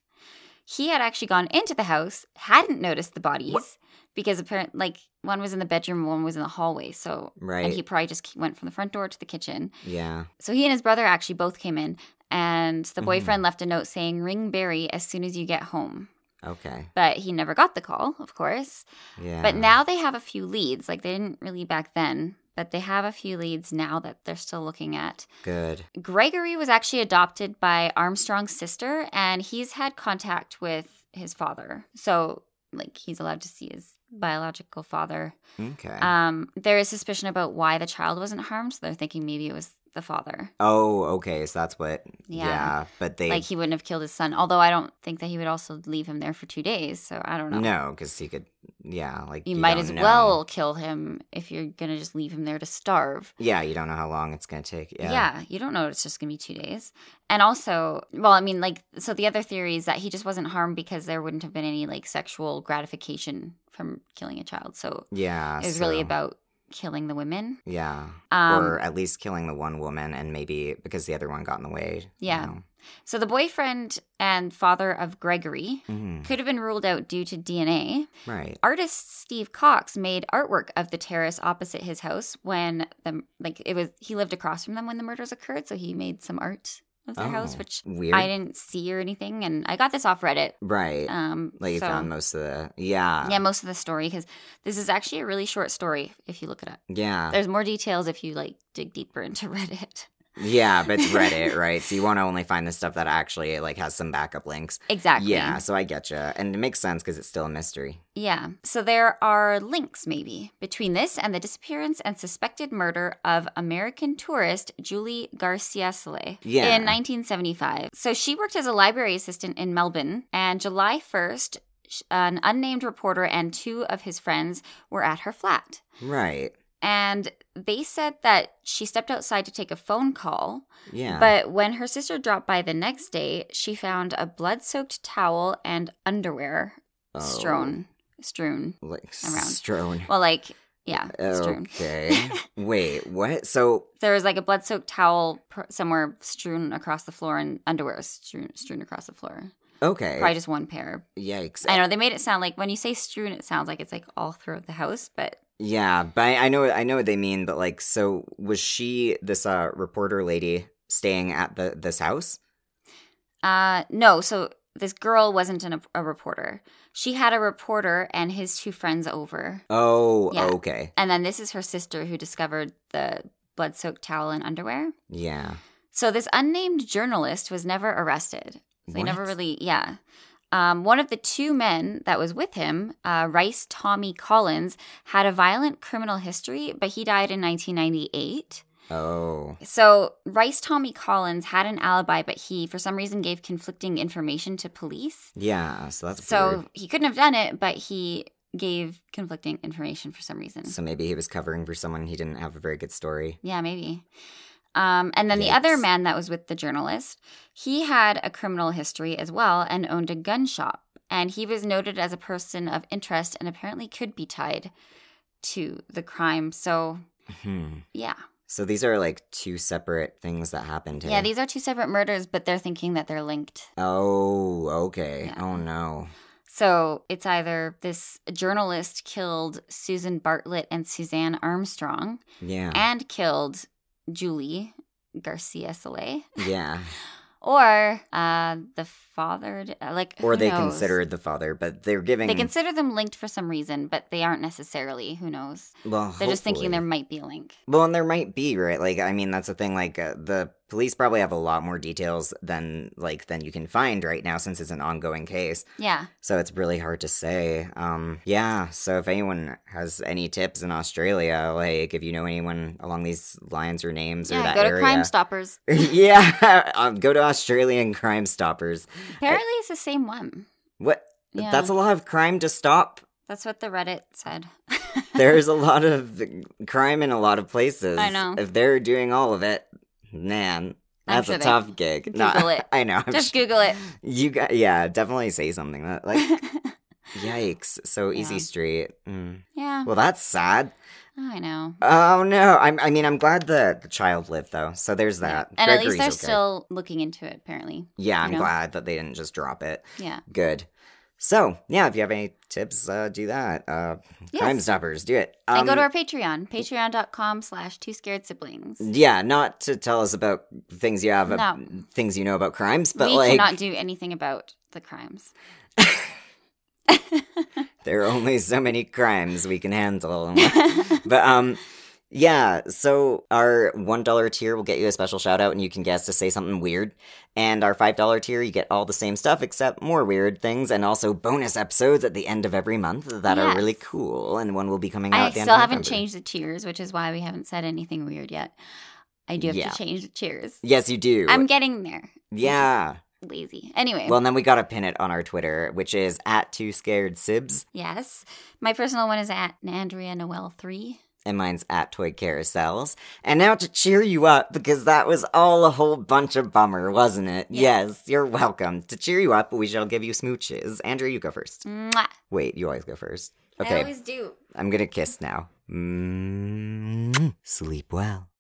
[SPEAKER 2] He had actually gone into the house, hadn't noticed the bodies because apparently, like one was in the bedroom, one was in the hallway. So,
[SPEAKER 1] Right.
[SPEAKER 2] and he probably just went from the front door to the kitchen.
[SPEAKER 1] yeah.
[SPEAKER 2] So he and his brother actually both came in, and the
[SPEAKER 1] Mhm.
[SPEAKER 2] boyfriend left a note saying, Ring Barry as soon as you get home.
[SPEAKER 1] Okay.
[SPEAKER 2] But he never got the call, of course.
[SPEAKER 1] Yeah.
[SPEAKER 2] But now they have a few leads. Like they didn't really back then, but they have a few leads now that they're still looking at.
[SPEAKER 1] good.
[SPEAKER 2] Gregory was actually adopted by Armstrong's sister, and he's had contact with his father. So, like, he's allowed to see his biological father.
[SPEAKER 1] Okay.
[SPEAKER 2] Um, there is suspicion about why the child wasn't harmed. So they're thinking maybe it was the father.
[SPEAKER 1] oh, okay. So that's what. Yeah.
[SPEAKER 2] Yeah.
[SPEAKER 1] but they
[SPEAKER 2] like he wouldn't have killed his son. Although I don't think that he would also leave him there for two days. So I don't know.
[SPEAKER 1] no, because he could. Yeah, like
[SPEAKER 2] you, might
[SPEAKER 1] don't
[SPEAKER 2] as
[SPEAKER 1] know.
[SPEAKER 2] well kill him if you're gonna just leave him there to starve.
[SPEAKER 1] Yeah, you don't know how long it's gonna take.
[SPEAKER 2] Yeah.
[SPEAKER 1] Yeah.
[SPEAKER 2] you don't know it's just gonna be two days. And also, well, I mean, like, so the other theory is that he just wasn't harmed because there wouldn't have been any like sexual gratification from killing a child. So
[SPEAKER 1] Yeah.
[SPEAKER 2] it was really
[SPEAKER 1] Ah, so-
[SPEAKER 2] about killing the women.
[SPEAKER 1] Yeah.
[SPEAKER 2] Um,
[SPEAKER 1] or at least killing the one woman and maybe because the other one got in the way. you
[SPEAKER 2] Yeah.
[SPEAKER 1] know.
[SPEAKER 2] so the boyfriend and father of Gregory
[SPEAKER 1] Mhm,
[SPEAKER 2] could have been ruled out due to DNA.
[SPEAKER 1] Right.
[SPEAKER 2] artist Steve Cox made artwork of the terrace opposite his house when the like it was he lived across from them when the murders occurred, so he made some art of their house,
[SPEAKER 1] Oh,
[SPEAKER 2] which
[SPEAKER 1] weird.
[SPEAKER 2] I didn't see or anything, and I got this off Reddit.
[SPEAKER 1] Right.
[SPEAKER 2] Um,
[SPEAKER 1] like you
[SPEAKER 2] so-
[SPEAKER 1] found most of the yeah
[SPEAKER 2] yeah, most of the story because this is actually a really short story if you look it up.
[SPEAKER 1] yeah
[SPEAKER 2] There's more details if you like dig deeper into [laughs] Reddit.
[SPEAKER 1] yeah. But it's
[SPEAKER 2] [laughs]
[SPEAKER 1] Reddit, right? So you want to only find the stuff that actually like has some backup links.
[SPEAKER 2] Exactly.
[SPEAKER 1] Yeah. So I get you, and it makes sense because it's still a mystery.
[SPEAKER 2] Yeah. So there are links, maybe, between this and the disappearance and suspected murder of American tourist Julie Garcia Soleil
[SPEAKER 1] Yeah.
[SPEAKER 2] in 1975. So she worked as a library assistant in Melbourne, and July 1st, sh- an unnamed reporter and two of his friends were at her flat.
[SPEAKER 1] Right.
[SPEAKER 2] And they said that she stepped outside to take a phone call,
[SPEAKER 1] Yeah.
[SPEAKER 2] but when her sister dropped by the next day, she found a blood soaked towel and underwear
[SPEAKER 1] Oh,
[SPEAKER 2] strewn. Strewn.
[SPEAKER 1] like
[SPEAKER 2] around.
[SPEAKER 1] strewn.
[SPEAKER 2] Well, like, yeah, it's true.
[SPEAKER 1] Oh, Okay. Wait. What? So
[SPEAKER 2] There was like a blood soaked towel pr- somewhere strewn across the floor and underwear strewn, strewn across the floor.
[SPEAKER 1] okay.
[SPEAKER 2] Probably just one pair.
[SPEAKER 1] Yikes.
[SPEAKER 2] I know they made it sound like when you say strewn, it sounds like it's like all throughout the house, but
[SPEAKER 1] Yeah, but I I know I know what they mean. But like, so was she this uh reporter lady staying at the this house?
[SPEAKER 2] uh, no. So this girl wasn't an, a reporter. She had a reporter and his two friends over.
[SPEAKER 1] Oh,
[SPEAKER 2] Yeah.
[SPEAKER 1] okay,
[SPEAKER 2] And then this is her sister who discovered the blood soaked towel and underwear.
[SPEAKER 1] yeah.
[SPEAKER 2] So this unnamed journalist was never arrested. So he never
[SPEAKER 1] What?
[SPEAKER 2] really, yeah. Um, one of the two men that was with him, uh, Rice Tommy Collins, had a violent criminal history, but he died in 1998.
[SPEAKER 1] Oh,
[SPEAKER 2] So Rice Tommy Collins had an alibi, but he, for some reason, gave conflicting information to police.
[SPEAKER 1] yeah. So that's
[SPEAKER 2] So
[SPEAKER 1] weird.
[SPEAKER 2] he couldn't have done it, but he gave conflicting information for some reason.
[SPEAKER 1] So maybe he was covering for someone he didn't have a very good story.
[SPEAKER 2] Yeah, maybe. Um, and then the other
[SPEAKER 1] Yikes.
[SPEAKER 2] man that was with the journalist, he had a criminal history as well and owned a gun shop. And he was noted as a person of interest and apparently could be tied to the crime. So,
[SPEAKER 1] Hmm.
[SPEAKER 2] yeah.
[SPEAKER 1] So these are like two separate things that happened. Hey?
[SPEAKER 2] Yeah, these are two separate murders, but they're thinking that they're linked.
[SPEAKER 1] Oh, okay.
[SPEAKER 2] Yeah.
[SPEAKER 1] Oh no.
[SPEAKER 2] So it's either this journalist killed Susan Bartlett and Suzanne Armstrong
[SPEAKER 1] Yeah.
[SPEAKER 2] and killed Julie Garcia Soleil. [laughs]
[SPEAKER 1] Yeah.
[SPEAKER 2] Or uh, the father, uh, like
[SPEAKER 1] Or
[SPEAKER 2] who
[SPEAKER 1] they
[SPEAKER 2] knows?
[SPEAKER 1] considered the father, but they're giving.
[SPEAKER 2] they consider them linked for some reason, but they aren't necessarily. Who knows?
[SPEAKER 1] well,
[SPEAKER 2] They're just thinking
[SPEAKER 1] hopefully.
[SPEAKER 2] there might be a link.
[SPEAKER 1] Well, and there might be, right? Like, I mean, that's the thing. Like, uh, the police probably have a lot more details than like than you can find right now, since it's an ongoing case.
[SPEAKER 2] Yeah,
[SPEAKER 1] So it's really hard to say. Um, yeah. So if anyone has any tips in Australia, like if you know anyone along these lines or names or
[SPEAKER 2] yeah.
[SPEAKER 1] that
[SPEAKER 2] Go to
[SPEAKER 1] area,
[SPEAKER 2] Crime Stoppers.
[SPEAKER 1] [laughs] yeah, [laughs] um, go to Australian Crime Stoppers.
[SPEAKER 2] Apparently, it's the same one.
[SPEAKER 1] What?
[SPEAKER 2] Yeah,
[SPEAKER 1] That's a lot of crime to stop.
[SPEAKER 2] that's what the Reddit said. [laughs]
[SPEAKER 1] [laughs] There's a lot of crime in a lot of places.
[SPEAKER 2] I know.
[SPEAKER 1] If they're doing all of it, man,
[SPEAKER 2] I'm
[SPEAKER 1] that's
[SPEAKER 2] sure
[SPEAKER 1] a
[SPEAKER 2] they-
[SPEAKER 1] tough gig.
[SPEAKER 2] Google it.
[SPEAKER 1] [laughs] I know. I'm
[SPEAKER 2] Just
[SPEAKER 1] sure-
[SPEAKER 2] Google it.
[SPEAKER 1] You got yeah, definitely say something
[SPEAKER 2] [laughs]
[SPEAKER 1] that like yikes. So easy
[SPEAKER 2] Yeah.
[SPEAKER 1] street. Mm.
[SPEAKER 2] yeah,
[SPEAKER 1] Well, that's sad.
[SPEAKER 2] I know.
[SPEAKER 1] Oh no. I'm, I mean, I'm glad the, the child lived though. So there's
[SPEAKER 2] Yeah.
[SPEAKER 1] that.
[SPEAKER 2] And at least
[SPEAKER 1] Gregory's
[SPEAKER 2] they're
[SPEAKER 1] okay.
[SPEAKER 2] still looking into it. Apparently,
[SPEAKER 1] Yeah,
[SPEAKER 2] you
[SPEAKER 1] I'm
[SPEAKER 2] know?
[SPEAKER 1] glad that they didn't just drop it.
[SPEAKER 2] yeah.
[SPEAKER 1] Good. So yeah, if you have any tips, uh, do that. Uh,
[SPEAKER 2] Yes.
[SPEAKER 1] Crime Stoppers, do it. Um,
[SPEAKER 2] and go to our Patreon, patreon.com slash two scared siblings.
[SPEAKER 1] Yeah, not to tell us about things you have,
[SPEAKER 2] No.
[SPEAKER 1] things you know about crimes, but
[SPEAKER 2] we
[SPEAKER 1] like
[SPEAKER 2] cannot do anything about the crimes.
[SPEAKER 1] there are only so many crimes we
[SPEAKER 2] [laughs]
[SPEAKER 1] can handle. but um, yeah. So our one dollar tier will get you a special shout out, and you can guess to say something weird. And our five dollar tier, you get all the same stuff except more weird things, and also bonus episodes at the end of every month that are really
[SPEAKER 2] Yes.
[SPEAKER 1] cool. And one will be coming out.
[SPEAKER 2] I
[SPEAKER 1] at the end
[SPEAKER 2] still
[SPEAKER 1] of
[SPEAKER 2] haven't
[SPEAKER 1] November.
[SPEAKER 2] changed the cheers, which is why we haven't said anything weird yet. I do have
[SPEAKER 1] Yeah.
[SPEAKER 2] to change the cheers.
[SPEAKER 1] Yes, you do.
[SPEAKER 2] I'm getting there.
[SPEAKER 1] yeah.
[SPEAKER 2] Lazy. Anyway,
[SPEAKER 1] Well, and then we gotta pin it on our Twitter, which is at two scared sibs.
[SPEAKER 2] yes. My personal one is at Nandria Noel 3.
[SPEAKER 1] and mine's at Toy Carousels. And now to cheer you up, because that was all a whole bunch of bummer, wasn't it?
[SPEAKER 2] Yes.
[SPEAKER 1] Yes, you're welcome. To cheer you up, we shall give you smooches. Andrew, you go first.
[SPEAKER 2] Mwah.
[SPEAKER 1] Wait, you always go first.
[SPEAKER 2] I
[SPEAKER 1] Okay,
[SPEAKER 2] always do.
[SPEAKER 1] I'm gonna kiss now. mm Mm-hmm. Sleep well.